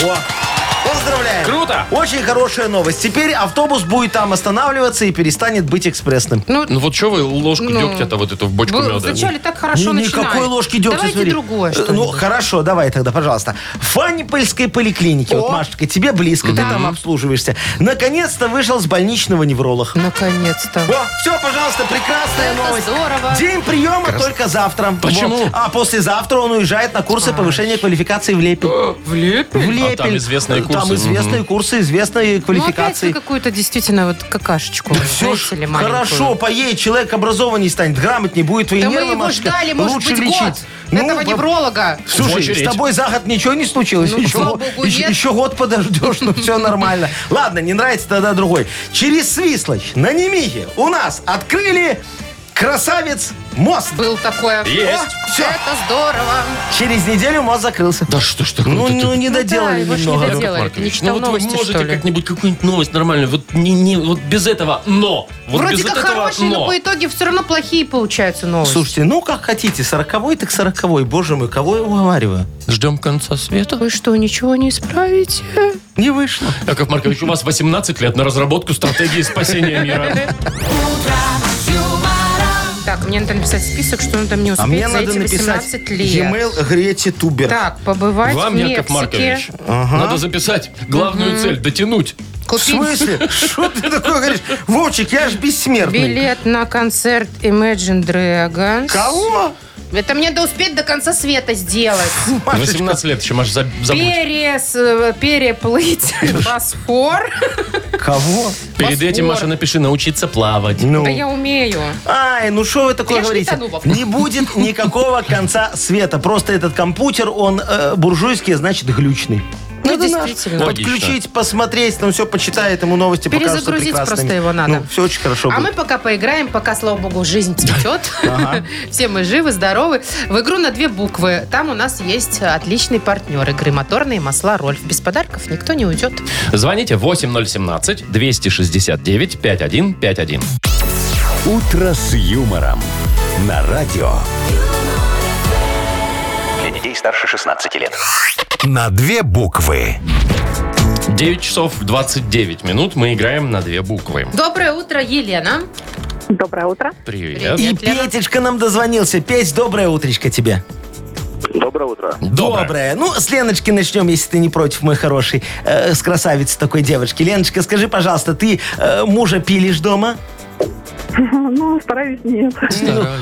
Speaker 3: О, поздравляем.
Speaker 4: Круто.
Speaker 3: Очень хорошая новость. Теперь автобус будет там останавливаться и перестанет быть экспрессным.
Speaker 4: Ну вот что вы ложку
Speaker 2: Ну.
Speaker 4: дегтя-то вот эту в бочку
Speaker 2: Вы
Speaker 4: меда?
Speaker 2: вначале так хорошо
Speaker 3: Ни-
Speaker 2: начинали.
Speaker 3: Никакой ложки дегтя,
Speaker 2: Давайте
Speaker 3: смотри.
Speaker 2: другое
Speaker 3: Э,
Speaker 2: что
Speaker 3: Ну, хорошо, давай тогда, пожалуйста. В Фанипольской поликлинике, вот,
Speaker 2: О.
Speaker 3: Машечка, тебе близко, ты там обслуживаешься. Наконец-то вышел с больничного невролог.
Speaker 2: Наконец-то.
Speaker 3: О, все, пожалуйста, прекрасная
Speaker 2: Это
Speaker 3: новость.
Speaker 2: здорово.
Speaker 3: День приема только завтра.
Speaker 4: Почему?
Speaker 3: Вот. А послезавтра он уезжает на курсы повышения квалификации в Лепель.
Speaker 2: Э, В лепе?
Speaker 3: В Лепель.
Speaker 4: А там известные
Speaker 3: Там
Speaker 4: курсы,
Speaker 3: известные курсы, известные
Speaker 2: Ну, опять
Speaker 3: квалификации.
Speaker 2: вы какую-то действительно вот какашечку.
Speaker 3: Все
Speaker 2: знаете
Speaker 3: ж
Speaker 2: ли, маленькую.
Speaker 3: хорошо, поедет, человек образованней станет, грамотней будет, твои
Speaker 2: Да мы
Speaker 3: нервы,
Speaker 2: его
Speaker 3: Машечка,
Speaker 2: ждали, может
Speaker 3: лучше
Speaker 2: быть,
Speaker 3: лечить.
Speaker 2: год.
Speaker 3: Ну,
Speaker 2: этого
Speaker 3: во-
Speaker 2: невролога.
Speaker 4: В
Speaker 3: Слушай,
Speaker 4: очередь.
Speaker 3: с тобой за год ничего не случилось?
Speaker 2: Ну,
Speaker 3: еще,
Speaker 2: слава
Speaker 3: год,
Speaker 2: богу,
Speaker 3: еще-
Speaker 2: нет.
Speaker 3: еще год подождешь, ну все нормально. Ладно, не нравится, тогда другой. Через Свислочь на Немиге у нас открыли красавец мост.
Speaker 2: Был такое.
Speaker 4: Есть.
Speaker 3: О, всё.
Speaker 2: Это здорово.
Speaker 3: Через неделю мост закрылся.
Speaker 4: Да что ж такое?
Speaker 3: Ну, ну, не доделали
Speaker 2: его ж не
Speaker 3: немного.
Speaker 2: доделали.
Speaker 4: Яков
Speaker 2: делали?
Speaker 4: Маркович,
Speaker 2: Не читал
Speaker 4: ну вот вы
Speaker 2: новости,
Speaker 4: можете
Speaker 2: что ли?
Speaker 4: как-нибудь какую-нибудь новость нормальную, вот, не, не, вот без этого «но». Вот
Speaker 2: Вроде
Speaker 4: без
Speaker 2: как
Speaker 4: этого
Speaker 2: хорошие, но.
Speaker 4: «но».
Speaker 2: по итоге все равно плохие получаются новости.
Speaker 3: Слушайте, ну как хотите, сороковой так сороковой. Боже мой, кого я уговариваю?
Speaker 4: Ждем конца света.
Speaker 2: Вы что, ничего не исправите?
Speaker 3: Не вышло.
Speaker 4: Яков Маркович, у вас 18 лет на разработку стратегии спасения мира.
Speaker 2: Так, мне надо написать список, что надо мне
Speaker 3: А
Speaker 2: успеть
Speaker 3: мне
Speaker 2: за
Speaker 3: надо
Speaker 2: эти
Speaker 3: написать
Speaker 2: 18 лет.
Speaker 3: e-mail Грете Тубер.
Speaker 2: Так, побывать
Speaker 4: Вам,
Speaker 2: в
Speaker 4: Яков
Speaker 2: Мексике.
Speaker 4: Маркович, надо записать главную цель – дотянуть.
Speaker 3: В
Speaker 2: Купить
Speaker 3: смысле? Что ты такое говоришь? Вовчик, я ж бессмертный.
Speaker 2: билет на концерт Imagine Dragons.
Speaker 3: Кого?
Speaker 2: Это мне надо успеть до конца света сделать.
Speaker 3: Фу, Машечка.
Speaker 4: 18 лет еще, Маш, заб- забудь.
Speaker 2: Перес, э, переплыть Босфор.
Speaker 3: Кого?
Speaker 4: Перед этим, Маша, напиши «научиться плавать».
Speaker 3: Ну.
Speaker 2: Да я умею.
Speaker 3: Ай, ну что вы такое
Speaker 2: Я ж не
Speaker 3: говорите?
Speaker 2: тону, Вовка.
Speaker 3: Не будет никакого конца света. Просто этот компьютер, он э, буржуйский, значит, глючный.
Speaker 2: Ну,
Speaker 3: Надо наш
Speaker 2: действительно.
Speaker 4: Логично.
Speaker 3: Подключить, посмотреть, там все почитает, ему новости покажутся
Speaker 2: Перезагрузить
Speaker 3: прекрасными.
Speaker 2: просто его надо.
Speaker 3: Ну, все очень хорошо
Speaker 2: А мы
Speaker 3: будет.
Speaker 2: пока поиграем, пока, слава богу, жизнь течет. Все мы живы, здоровы. В игру на две буквы. Там у нас есть отличный партнер игры «Моторные масла Рольф». Без подарков никто не уйдет.
Speaker 4: Звоните 8017-269-5151.
Speaker 1: «Утро с юмором» на радио.
Speaker 6: Для детей старше 16 лет.
Speaker 1: На две буквы.
Speaker 4: 9 часов 29 минут мы играем на две буквы.
Speaker 2: Доброе утро, Елена.
Speaker 7: Доброе утро.
Speaker 4: Привет.
Speaker 3: И
Speaker 2: Привет, Лена.
Speaker 3: Петечка нам дозвонился. Петь, доброе утречко тебе.
Speaker 5: Доброе утро.
Speaker 4: Доброе.
Speaker 3: Ну, с Леночки начнем, если ты не против, мой хороший. Э, с красавицы такой девочки. Леночка, скажи, пожалуйста, ты э, мужа пилишь дома?
Speaker 7: Ну, стараюсь нет.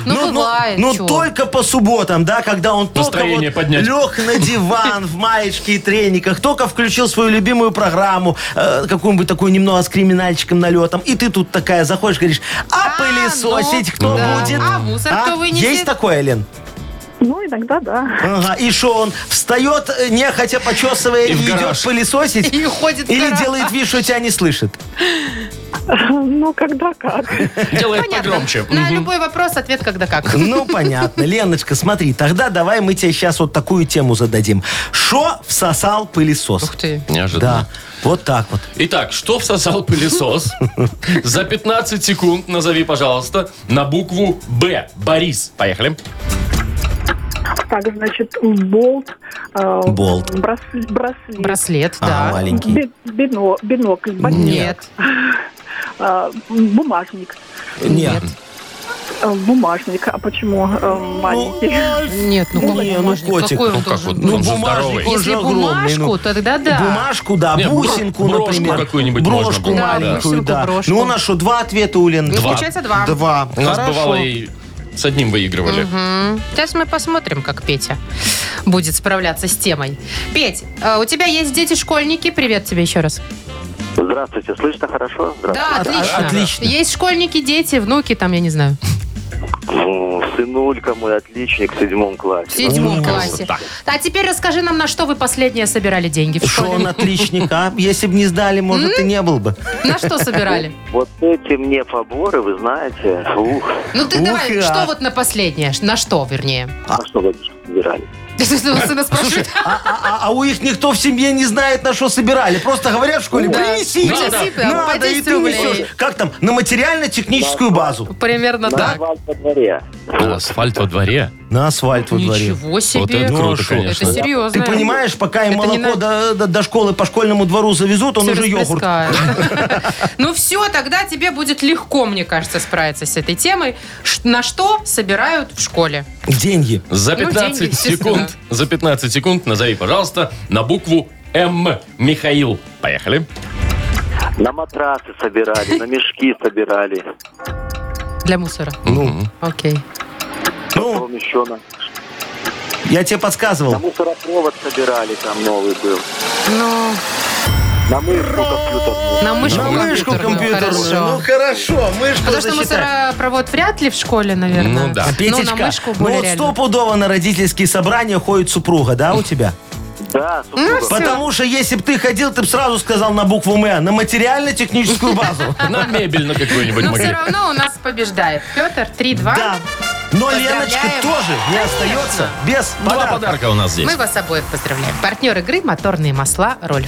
Speaker 2: Ну, бывает,
Speaker 3: Ну,
Speaker 2: чего.
Speaker 3: только по субботам, да, когда он
Speaker 4: Настроение
Speaker 3: только
Speaker 4: поднять.
Speaker 3: вот лег на диван в маечке и трениках, только включил свою любимую программу, э, какую-нибудь такую немного с криминальчиком налетом, и ты тут такая заходишь, говоришь, а,
Speaker 2: А,
Speaker 3: пылесосить
Speaker 2: ну,
Speaker 3: кто
Speaker 2: да.
Speaker 3: будет?
Speaker 2: А мусор кто вынесет?
Speaker 3: Есть такое, Лен?
Speaker 7: Ну, иногда да.
Speaker 3: Ага, и что он встает, э, нехотя почесывая,
Speaker 4: И
Speaker 3: и,
Speaker 4: в гараж.
Speaker 3: идет пылесосить?
Speaker 2: И уходит в
Speaker 3: Или
Speaker 2: гараж.
Speaker 3: делает вид, что тебя не слышит?
Speaker 7: Ну, когда как.
Speaker 4: Делает
Speaker 2: Понятно.
Speaker 4: погромче.
Speaker 2: На
Speaker 4: Мгм.
Speaker 2: любой вопрос ответ когда как.
Speaker 3: Ну, понятно. Леночка, смотри, тогда давай мы тебе сейчас вот такую тему зададим. Шо всосал пылесос?
Speaker 2: Ух ты.
Speaker 3: Да,
Speaker 4: Неожиданно.
Speaker 3: вот так вот.
Speaker 4: Итак, что всосал пылесос? За 15 секунд назови, пожалуйста, на букву Б. Борис. Поехали.
Speaker 7: Так, значит, болт. э,
Speaker 3: Болт.
Speaker 7: брас- Браслет.
Speaker 2: Браслет,
Speaker 3: А,
Speaker 2: да.
Speaker 3: маленький.
Speaker 7: Би- бино- Бинокль. ботинок,
Speaker 2: Нет.
Speaker 7: э, Бумажник.
Speaker 3: Нет.
Speaker 7: Э, Бумажник. А почему э, маленький?
Speaker 2: Нет, ну какой
Speaker 3: Не, ну,
Speaker 2: бумажник?
Speaker 3: котик.
Speaker 2: Какой он
Speaker 4: Ну, как
Speaker 2: должен
Speaker 4: вот,
Speaker 2: быть?
Speaker 4: он же
Speaker 3: бумажник,
Speaker 4: здоровый.
Speaker 3: он же
Speaker 2: Если
Speaker 3: огромный, ну.
Speaker 2: бумажку, тогда да.
Speaker 3: Бумажку, да,
Speaker 4: Не, бро-
Speaker 3: бусинку,
Speaker 4: брошку
Speaker 3: например.
Speaker 4: какую-нибудь
Speaker 3: брошку
Speaker 4: можно было, да.
Speaker 3: маленькую,
Speaker 2: Бусинку,
Speaker 3: да.
Speaker 2: брошку.
Speaker 3: Ну, у нас что, два ответа у Лены?
Speaker 2: Ну,
Speaker 4: Два.
Speaker 2: Получается два.
Speaker 3: Два.
Speaker 4: У нас
Speaker 3: Хорошо.
Speaker 4: бывало и с одним
Speaker 2: Ну.
Speaker 4: выигрывали.
Speaker 2: Мгм. Сейчас мы посмотрим, как Петя будет справляться с темой. Петь, э, у тебя есть дети-школьники. Привет тебе еще раз.
Speaker 5: Здравствуйте, слышно хорошо?
Speaker 2: Да, отлично.
Speaker 3: А, отлично.
Speaker 2: Есть школьники, дети, внуки, там, я не знаю,
Speaker 5: О, Сынулька мой отличник в седьмом
Speaker 2: в
Speaker 5: классе.
Speaker 4: Ну,
Speaker 2: седьмом классе. А теперь расскажи нам, на что вы последнее собирали деньги в
Speaker 3: Что
Speaker 2: школе.
Speaker 3: он отличник, а? Если бы не сдали, может, и не был бы.
Speaker 2: На что собирали?
Speaker 5: Вот эти мне поборы, вы знаете. Ух,
Speaker 2: Ну ты
Speaker 3: Ух,
Speaker 2: давай,
Speaker 3: и
Speaker 2: что
Speaker 3: а.
Speaker 2: вот на последнее? На что, вернее?
Speaker 5: а что вы собирали?
Speaker 2: Сына спрашивает.
Speaker 3: А, а- а- а у их никто в семье не знает, на что собирали. Просто говорят в школе,
Speaker 2: Да.
Speaker 3: принесите.
Speaker 2: Принеси, да,
Speaker 3: Надо,
Speaker 2: по 10
Speaker 3: и ты
Speaker 2: рублей.
Speaker 3: несешь. Как там? На материально-техническую базу.
Speaker 2: Примерно так.
Speaker 5: Вам во дворе.
Speaker 4: А Асфальт во дворе.
Speaker 3: На асфальт во дворе.
Speaker 2: Ничего
Speaker 4: Вот это
Speaker 2: себе.
Speaker 3: Ну,
Speaker 4: круто,
Speaker 3: а шо?
Speaker 2: Это
Speaker 4: конечно.
Speaker 3: Ты
Speaker 2: серьезно.
Speaker 3: понимаешь, пока им
Speaker 2: Это не
Speaker 3: молоко до, до- до школы по школьному двору завезут, он
Speaker 2: Всё
Speaker 3: уже йогурт.
Speaker 2: расплескают. Ну все, тогда тебе будет легко, мне кажется, справиться с этой темой. Ш- На что собирают в школе?
Speaker 3: Деньги.
Speaker 4: За
Speaker 2: Ну,
Speaker 4: 15
Speaker 2: деньги, естественно.
Speaker 4: секунд, за 15 секунд назови, пожалуйста, на букву М. Михаил. Поехали.
Speaker 5: На матрасы собирали, на мешки собирали.
Speaker 2: Для мусора.
Speaker 4: Ну.
Speaker 2: Окей.
Speaker 3: Ну,
Speaker 5: Потом еще на,
Speaker 3: я тебе
Speaker 5: на
Speaker 3: подсказывал.
Speaker 5: мусоропровод собирали, там новый был.
Speaker 2: Ну,
Speaker 5: На мышку компьютерную.
Speaker 2: на мышку
Speaker 3: На мышку компьютерную.
Speaker 2: Хорошо.
Speaker 3: Ну хорошо, мышку
Speaker 2: Потому что
Speaker 3: засчитай.
Speaker 2: мусоропровод вряд ли в школе, наверное.
Speaker 4: Ну да.
Speaker 3: А,
Speaker 2: Ну, на
Speaker 3: Петечка,
Speaker 2: мышку
Speaker 3: ну
Speaker 2: более
Speaker 3: вот
Speaker 2: реально.
Speaker 3: стопудово на родительские собрания ходит супруга, да, у тебя?
Speaker 5: Да,
Speaker 6: Ну,
Speaker 5: супруга.
Speaker 2: всё.
Speaker 3: Потому что если бы ты ходил, ты бы сразу сказал на букву М, на материально-техническую базу.
Speaker 4: На мебель на какую-нибудь
Speaker 2: Но все
Speaker 4: могли.
Speaker 2: Ну, равно у нас побеждает. Петр, 3-2.
Speaker 3: Да. Но
Speaker 2: Поздравляем.
Speaker 3: Леночка тоже не остается без
Speaker 4: Два
Speaker 3: подарка.
Speaker 4: подарка у нас здесь.
Speaker 2: Мы вас обоих поздравляем. Партнер игры «Моторные масла Рольф».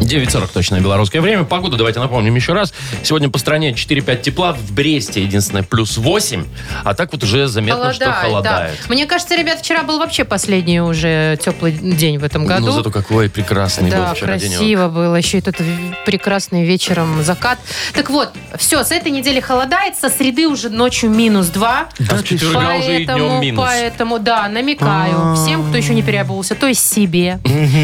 Speaker 4: 9.40 точное белорусское время. Погоду давайте напомним еще раз. Сегодня по стране 4-5 тепла. В Бресте единственное плюс 8. А так вот уже заметно, что холодает.
Speaker 2: да. Мне кажется, ребят, вчера был вообще последний уже теплый день в этом году.
Speaker 4: Ну зато какой прекрасный
Speaker 2: Да,
Speaker 4: был вчера денек.
Speaker 2: красиво было. Еще и тут в- прекрасный вечером закат. Так вот, все, с этой недели холодает, со среды уже ночью минус 2.
Speaker 4: А с четверга уже и днем минус.
Speaker 2: поэтому, да, намекаю
Speaker 3: А.
Speaker 2: всем, кто еще не переобулся, то есть себе,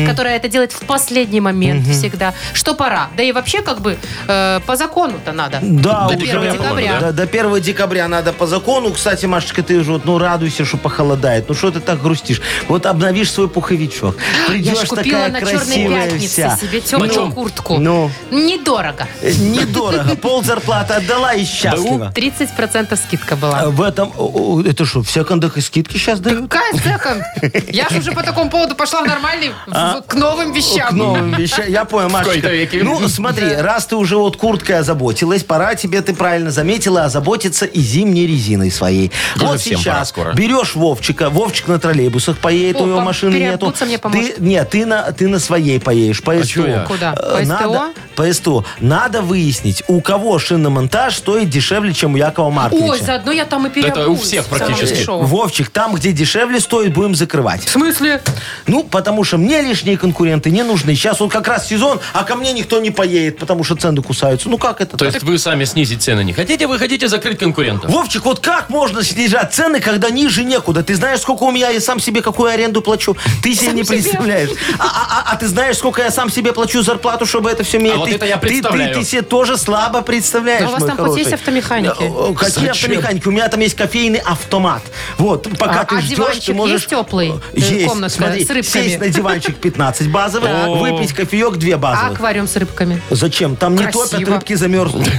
Speaker 2: которая это делает в последний момент всегда, что пора. Да и вообще, как бы, э, по закону-то надо.
Speaker 3: Да,
Speaker 2: До
Speaker 3: уже.
Speaker 2: 1 декабря.
Speaker 3: Да, до 1 декабря надо по закону. Кстати, Машечка, ты же вот, ну, радуйся, что похолодает. Ну, что ты так грустишь? Вот обновишь свой пуховичок.
Speaker 2: Я
Speaker 3: Придешь
Speaker 2: же купила
Speaker 3: такая
Speaker 2: на черной
Speaker 3: красивая
Speaker 2: пятнице
Speaker 3: вся.
Speaker 2: себе
Speaker 4: На
Speaker 2: темную
Speaker 4: чем?
Speaker 2: куртку.
Speaker 3: Ну.
Speaker 2: Недорого.
Speaker 3: Э, Недорого. Пол зарплаты отдала и счастлива.
Speaker 2: 30% скидка была.
Speaker 3: А В этом... о, о, Это что, в секондах и скидки сейчас дают?
Speaker 2: Какая секонд? Я же уже по такому поводу пошла в нормальный, в-
Speaker 4: А?
Speaker 2: к новым
Speaker 3: К
Speaker 2: вещам.
Speaker 3: новым вещам. Я понял, Машечка.
Speaker 4: кои-то веки.
Speaker 3: Ну, смотри, раз ты уже вот курткой озаботилась, пора тебе, ты правильно заметила, озаботиться и зимней резиной своей.
Speaker 4: Тоже
Speaker 3: вот
Speaker 4: всем пора
Speaker 3: сейчас
Speaker 4: скоро.
Speaker 3: берешь Вовчика, Вовчик на троллейбусах поедет,
Speaker 2: О,
Speaker 3: у него
Speaker 2: пом-
Speaker 3: машины нету.
Speaker 2: переобуться мне
Speaker 3: ты,
Speaker 2: поможет.
Speaker 3: нет, ты на, ты на своей поедешь, по СТО.
Speaker 4: А чё я?
Speaker 2: Куда? По
Speaker 3: Э,
Speaker 2: СТО?
Speaker 3: Надо, по СТО. Надо выяснить, у кого шиномонтаж стоит дешевле, чем у Якова Марковича.
Speaker 2: Ой, заодно я там и переобулась.
Speaker 4: Это у всех практически.
Speaker 2: Самое дешевое.
Speaker 3: Вовчик, там, где дешевле стоит, будем закрывать.
Speaker 2: В смысле?
Speaker 3: Ну, потому что мне лишние конкуренты не нужны. Сейчас вот как раз сезон, а ко мне никто не поедет, потому что цены кусаются. Ну как это
Speaker 4: То
Speaker 3: так?
Speaker 4: есть вы сами снизить цены не хотите, вы хотите закрыть конкурентов.
Speaker 3: Вовчик, вот как можно снижать цены, когда ниже некуда? Ты знаешь, сколько у меня, я сам себе какую аренду плачу? Ты себе не представляешь. А, а- а- а ты знаешь, сколько я сам себе плачу зарплату, чтобы это все мне...
Speaker 4: А вот
Speaker 3: ты,
Speaker 4: это я
Speaker 3: ты- ты-
Speaker 4: представляю.
Speaker 3: Ты, себе тоже слабо представляешь,
Speaker 2: Но у вас
Speaker 3: мой
Speaker 2: там хоть есть
Speaker 3: хороший.
Speaker 2: автомеханики?
Speaker 3: Э, э, Какие
Speaker 4: Зачем?
Speaker 3: автомеханики? У меня там есть кофейный автомат. Вот, пока
Speaker 2: А-
Speaker 3: ты
Speaker 2: а
Speaker 3: ждешь,
Speaker 2: диванчик
Speaker 3: ты можешь...
Speaker 2: есть теплый? Э,
Speaker 3: Есть.
Speaker 2: комнатка
Speaker 3: Смотри,
Speaker 2: с рыбками?
Speaker 3: сесть на диванчик 15 базовых,
Speaker 4: Так.
Speaker 3: выпить кофеек 2
Speaker 2: А
Speaker 3: базовых.
Speaker 2: аквариум с рыбками.
Speaker 3: Зачем? Там не
Speaker 2: Красиво.
Speaker 3: топят, рыбки замерзнут.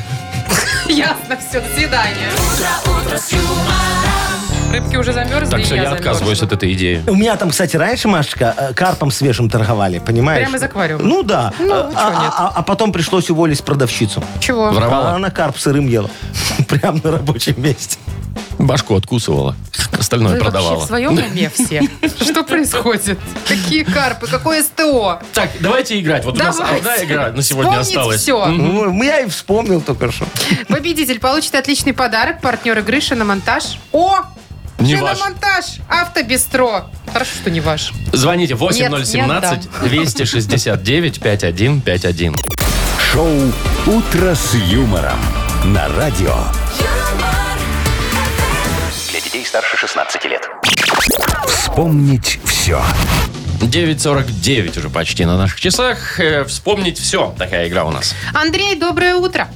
Speaker 2: Ясно, все, до свидания. Рыбки уже замерзли,
Speaker 4: Так
Speaker 2: и
Speaker 4: все, я
Speaker 2: замерзла.
Speaker 4: отказываюсь от этой идеи.
Speaker 3: У меня там, кстати, раньше, Машечка, э, карпом свежим торговали, понимаешь?
Speaker 2: Прямо из аквариума?
Speaker 3: Ну да.
Speaker 2: Ну,
Speaker 3: а,
Speaker 2: чё
Speaker 3: а-
Speaker 2: нет.
Speaker 3: а- а потом пришлось уволить продавщицу.
Speaker 2: Чего?
Speaker 3: А
Speaker 4: Воровала,
Speaker 3: Она карп сырым ела. Прямо на рабочем месте.
Speaker 4: башку откусывала, остальное
Speaker 2: Вы вообще в
Speaker 4: продавала.
Speaker 2: своем уме все? Что происходит? Какие карпы? Какое СТО?
Speaker 4: Так, давайте играть. Вот у нас
Speaker 2: Давайте.
Speaker 4: одна игра на сегодня
Speaker 2: Вспомнить
Speaker 4: осталась.
Speaker 2: всё.
Speaker 3: Ну, Я и вспомнил только что.
Speaker 2: Победитель получит отличный подарок. Партнер игры «Шиномонтаж». О!
Speaker 4: Не ваш.
Speaker 2: «Шиномонтаж» Автобестро. Хорошо, что не ваш.
Speaker 4: Звоните
Speaker 2: Нет,
Speaker 4: 8017
Speaker 2: не
Speaker 4: 269 5151.
Speaker 1: Шоу «Утро с юмором» на радио.
Speaker 6: Для детей старше 16 лет.
Speaker 1: Вспомнить все.
Speaker 4: 949 уже почти на наших часах. Э, Вспомнить все. Такая игра у нас.
Speaker 2: Андрей, доброе утро.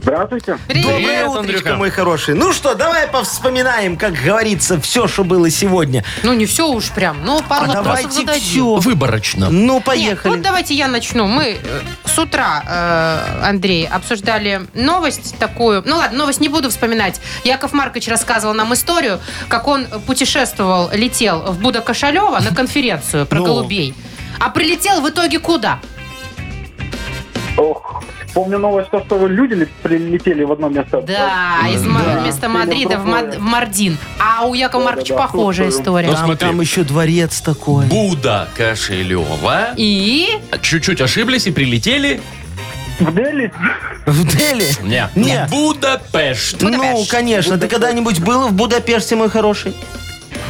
Speaker 5: Здравствуйте.
Speaker 2: Привет.
Speaker 3: Доброе
Speaker 4: Привет,
Speaker 3: утречко,
Speaker 4: Андрюха.
Speaker 3: мой хороший. Ну что, давай повспоминаем, как говорится, все, что было сегодня.
Speaker 2: Ну, не все уж прям. Ну, пару
Speaker 3: А
Speaker 2: вопросов
Speaker 3: давайте
Speaker 2: зададим.
Speaker 3: все.
Speaker 4: Выборочно.
Speaker 3: Ну,
Speaker 2: Нет,
Speaker 3: поехали.
Speaker 2: вот давайте я начну. Мы э, с утра, э, Андрей, обсуждали новость такую. Ну ладно, новость не буду вспоминать. Яков Маркович рассказывал нам историю, как он путешествовал, летел в Буда Кошалева на конференцию про
Speaker 3: Ну.
Speaker 2: голубей. А прилетел в итоге куда?
Speaker 5: Ох, помню новость, то, что люди ли- прилетели в одно место.
Speaker 2: Да, из Ма- вместо Мадрида в, Мад- в Мардин. А у Якова Марковича
Speaker 5: да,
Speaker 2: похожая
Speaker 5: слушаю.
Speaker 2: история.
Speaker 4: Ну,
Speaker 3: Там,
Speaker 4: смотри.
Speaker 3: там еще дворец такой.
Speaker 4: Буда Кошелева.
Speaker 2: И
Speaker 4: Чуть-чуть ошиблись и прилетели.
Speaker 5: В Дели?
Speaker 3: В Дели?
Speaker 4: Не.
Speaker 3: Не.
Speaker 4: Будапешт.
Speaker 3: Ну, конечно. Ты когда-нибудь был в Будапеште, мой хороший?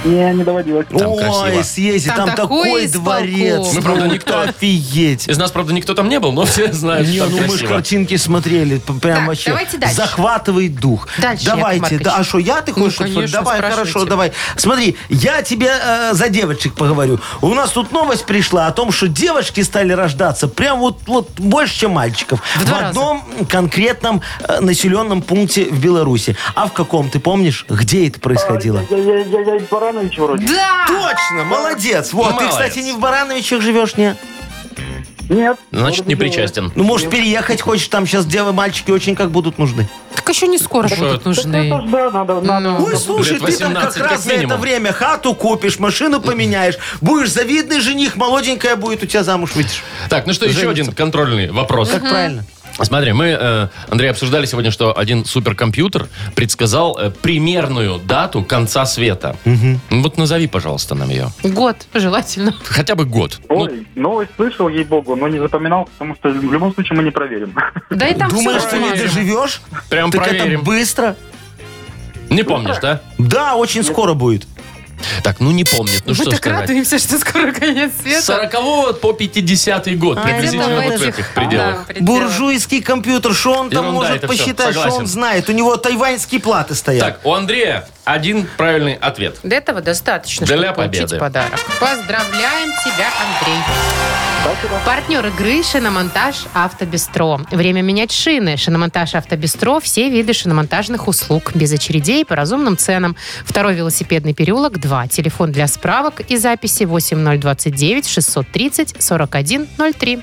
Speaker 5: Не, не доводилось.
Speaker 4: Там
Speaker 3: Ой,
Speaker 4: красиво.
Speaker 3: съезди,
Speaker 2: Там
Speaker 3: там,
Speaker 2: такой
Speaker 3: такой
Speaker 2: исполком.
Speaker 3: дворец.
Speaker 4: Мы, правда,
Speaker 3: Ну,
Speaker 4: никто.
Speaker 3: Офигеть.
Speaker 4: Из нас, правда, никто там не был, но все знают,
Speaker 3: Не,
Speaker 4: что там
Speaker 3: ну мы же
Speaker 4: красиво.
Speaker 3: картинки смотрели, п- прям
Speaker 2: Так,
Speaker 3: вообще
Speaker 2: давайте дальше.
Speaker 3: захватывает дух.
Speaker 2: Дальше, Яков
Speaker 3: давайте,
Speaker 2: Маркович.
Speaker 3: да, а что, я ты
Speaker 2: Ну,
Speaker 3: хочешь? что-то
Speaker 2: конечно,
Speaker 3: давай,
Speaker 2: спрашивайте.
Speaker 3: хорошо, давай. Смотри, я тебе э, за девочек поговорю. У нас тут новость пришла о том, что девочки стали рождаться прям вот, вот больше, чем мальчиков.
Speaker 2: В
Speaker 3: в
Speaker 2: два раза.
Speaker 3: одном конкретном э, населенном пункте в Беларуси. А в каком, ты помнишь, где это происходило?
Speaker 5: Я, я, я, я из Барановича вроде.
Speaker 2: да!
Speaker 3: Точно, молодец. Вот,
Speaker 4: Молодец.
Speaker 3: ты, кстати, не в Барановичах живешь, не?
Speaker 5: Нет.
Speaker 4: Значит, не причастен.
Speaker 3: Ну, может, переехать хочешь, там сейчас девы, мальчики очень как будут нужны.
Speaker 2: Так еще не скоро
Speaker 4: Что
Speaker 2: будут
Speaker 4: это?
Speaker 5: Это
Speaker 2: нужны.
Speaker 5: ж да, надо, надо.
Speaker 2: Ну.
Speaker 3: Ой, слушай,
Speaker 4: Лет
Speaker 3: ты там как
Speaker 4: 18 как
Speaker 3: раз за это
Speaker 4: минимум.
Speaker 3: время хату купишь, машину поменяешь, будешь завидный жених, молоденькая будет, у тебя замуж выйдешь.
Speaker 4: Так, ну что, еще
Speaker 3: Женится.
Speaker 4: один контрольный вопрос.
Speaker 3: Как правильно?
Speaker 4: Смотри, мы, э, Андрей, обсуждали сегодня, что один суперкомпьютер предсказал э, примерную дату конца света. Ну Вот назови, пожалуйста, нам ее.
Speaker 2: Год, желательно.
Speaker 4: Хотя бы год. Ну,
Speaker 5: Ой, новость слышал, ей-богу, но не запоминал, потому что в любом случае мы не проверим.
Speaker 2: Да и там
Speaker 3: Думаешь,
Speaker 2: всё
Speaker 3: ты не
Speaker 2: нормально.
Speaker 3: доживешь?
Speaker 4: прям
Speaker 3: так это
Speaker 4: проверим.
Speaker 3: быстро.
Speaker 4: Не помнишь, да?
Speaker 3: Да, очень скоро будет.
Speaker 4: Так, ну не помнит. Ну
Speaker 2: Мы
Speaker 4: что
Speaker 2: так
Speaker 4: сказать.
Speaker 2: радуемся, что скоро конец
Speaker 4: С
Speaker 2: света.
Speaker 4: 40 по 50
Speaker 2: А,
Speaker 4: год. Приблизительно
Speaker 2: Где-то
Speaker 4: вот в этих пределах.
Speaker 2: да, пределах.
Speaker 3: Буржуйский компьютер, что он там
Speaker 4: Ерунда,
Speaker 3: может
Speaker 4: это всё,
Speaker 3: посчитать, что
Speaker 4: согласен.
Speaker 3: он знает? У него тайваньские платы стоят.
Speaker 4: Так, у Андрея один правильный ответ.
Speaker 2: Для этого достаточно,
Speaker 4: Для
Speaker 2: чтобы получить
Speaker 4: победы.
Speaker 2: подарок. Поздравляем тебя, Андрей. Партнер игры «Шиномонтаж Автобестро». Время менять шины. «Шиномонтаж Автобестро» – все виды шиномонтажных услуг. Без очередей, по разумным ценам. Второй велосипедный переулок 2. Телефон для справок и записи 8029-630-4103.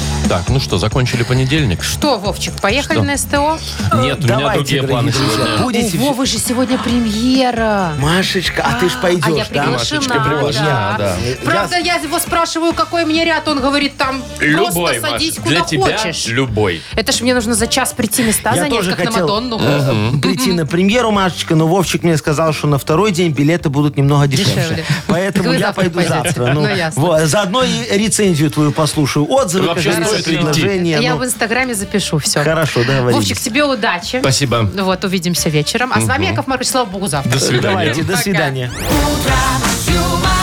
Speaker 4: Так, ну что, закончили понедельник?
Speaker 2: Что, Вовчик, поехали
Speaker 4: Что?
Speaker 2: на СТО?
Speaker 4: Нет, у меня
Speaker 3: Давайте,
Speaker 4: другие
Speaker 3: дорогие
Speaker 4: планы
Speaker 3: друзья,
Speaker 4: сегодня.
Speaker 3: будете
Speaker 2: У
Speaker 3: все-
Speaker 2: Вовы же сегодня премьера.
Speaker 3: Машечка, а ты ж
Speaker 2: А я
Speaker 3: пойдешь, да?
Speaker 4: Машечка
Speaker 2: приглашена,
Speaker 4: приглашена, да.
Speaker 2: да. Правда, я его спрашиваю, какой мне ряд, он говорит, там
Speaker 4: Любой,
Speaker 2: просто садись
Speaker 4: Маш,
Speaker 2: куда
Speaker 4: для тебя
Speaker 2: хочешь.
Speaker 4: любой.
Speaker 2: Это ж мне нужно за час прийти места
Speaker 3: Я
Speaker 2: занять,
Speaker 3: тоже
Speaker 2: как на
Speaker 3: хотел.
Speaker 2: Мадонну.
Speaker 3: э, прийти на премьеру, Машечка, но Вовчик мне сказал, что на второй день билеты будут немного дешевле.
Speaker 2: Дешевле.
Speaker 3: Поэтому
Speaker 2: Вы
Speaker 3: я
Speaker 2: завтра
Speaker 3: пойду
Speaker 2: пойдете.
Speaker 3: завтра. Ну,
Speaker 2: Ну, ясно.
Speaker 3: вот, заодно и рецензию твою послушаю. Отзывы,
Speaker 4: Вообще
Speaker 3: как говорится,
Speaker 4: стоит ли идти?
Speaker 3: предложения.
Speaker 2: Я
Speaker 3: ну,
Speaker 2: в Инстаграме запишу все.
Speaker 3: Хорошо, договорились.
Speaker 2: Вовчик, тебе удачи.
Speaker 4: Спасибо.
Speaker 2: Ну Вот, увидимся вечером. А с вами Яков Маркович, слава богу, завтра.
Speaker 4: До свидания.
Speaker 3: Давайте, до
Speaker 2: Пока.
Speaker 3: свидания.
Speaker 8: Утро с юмором.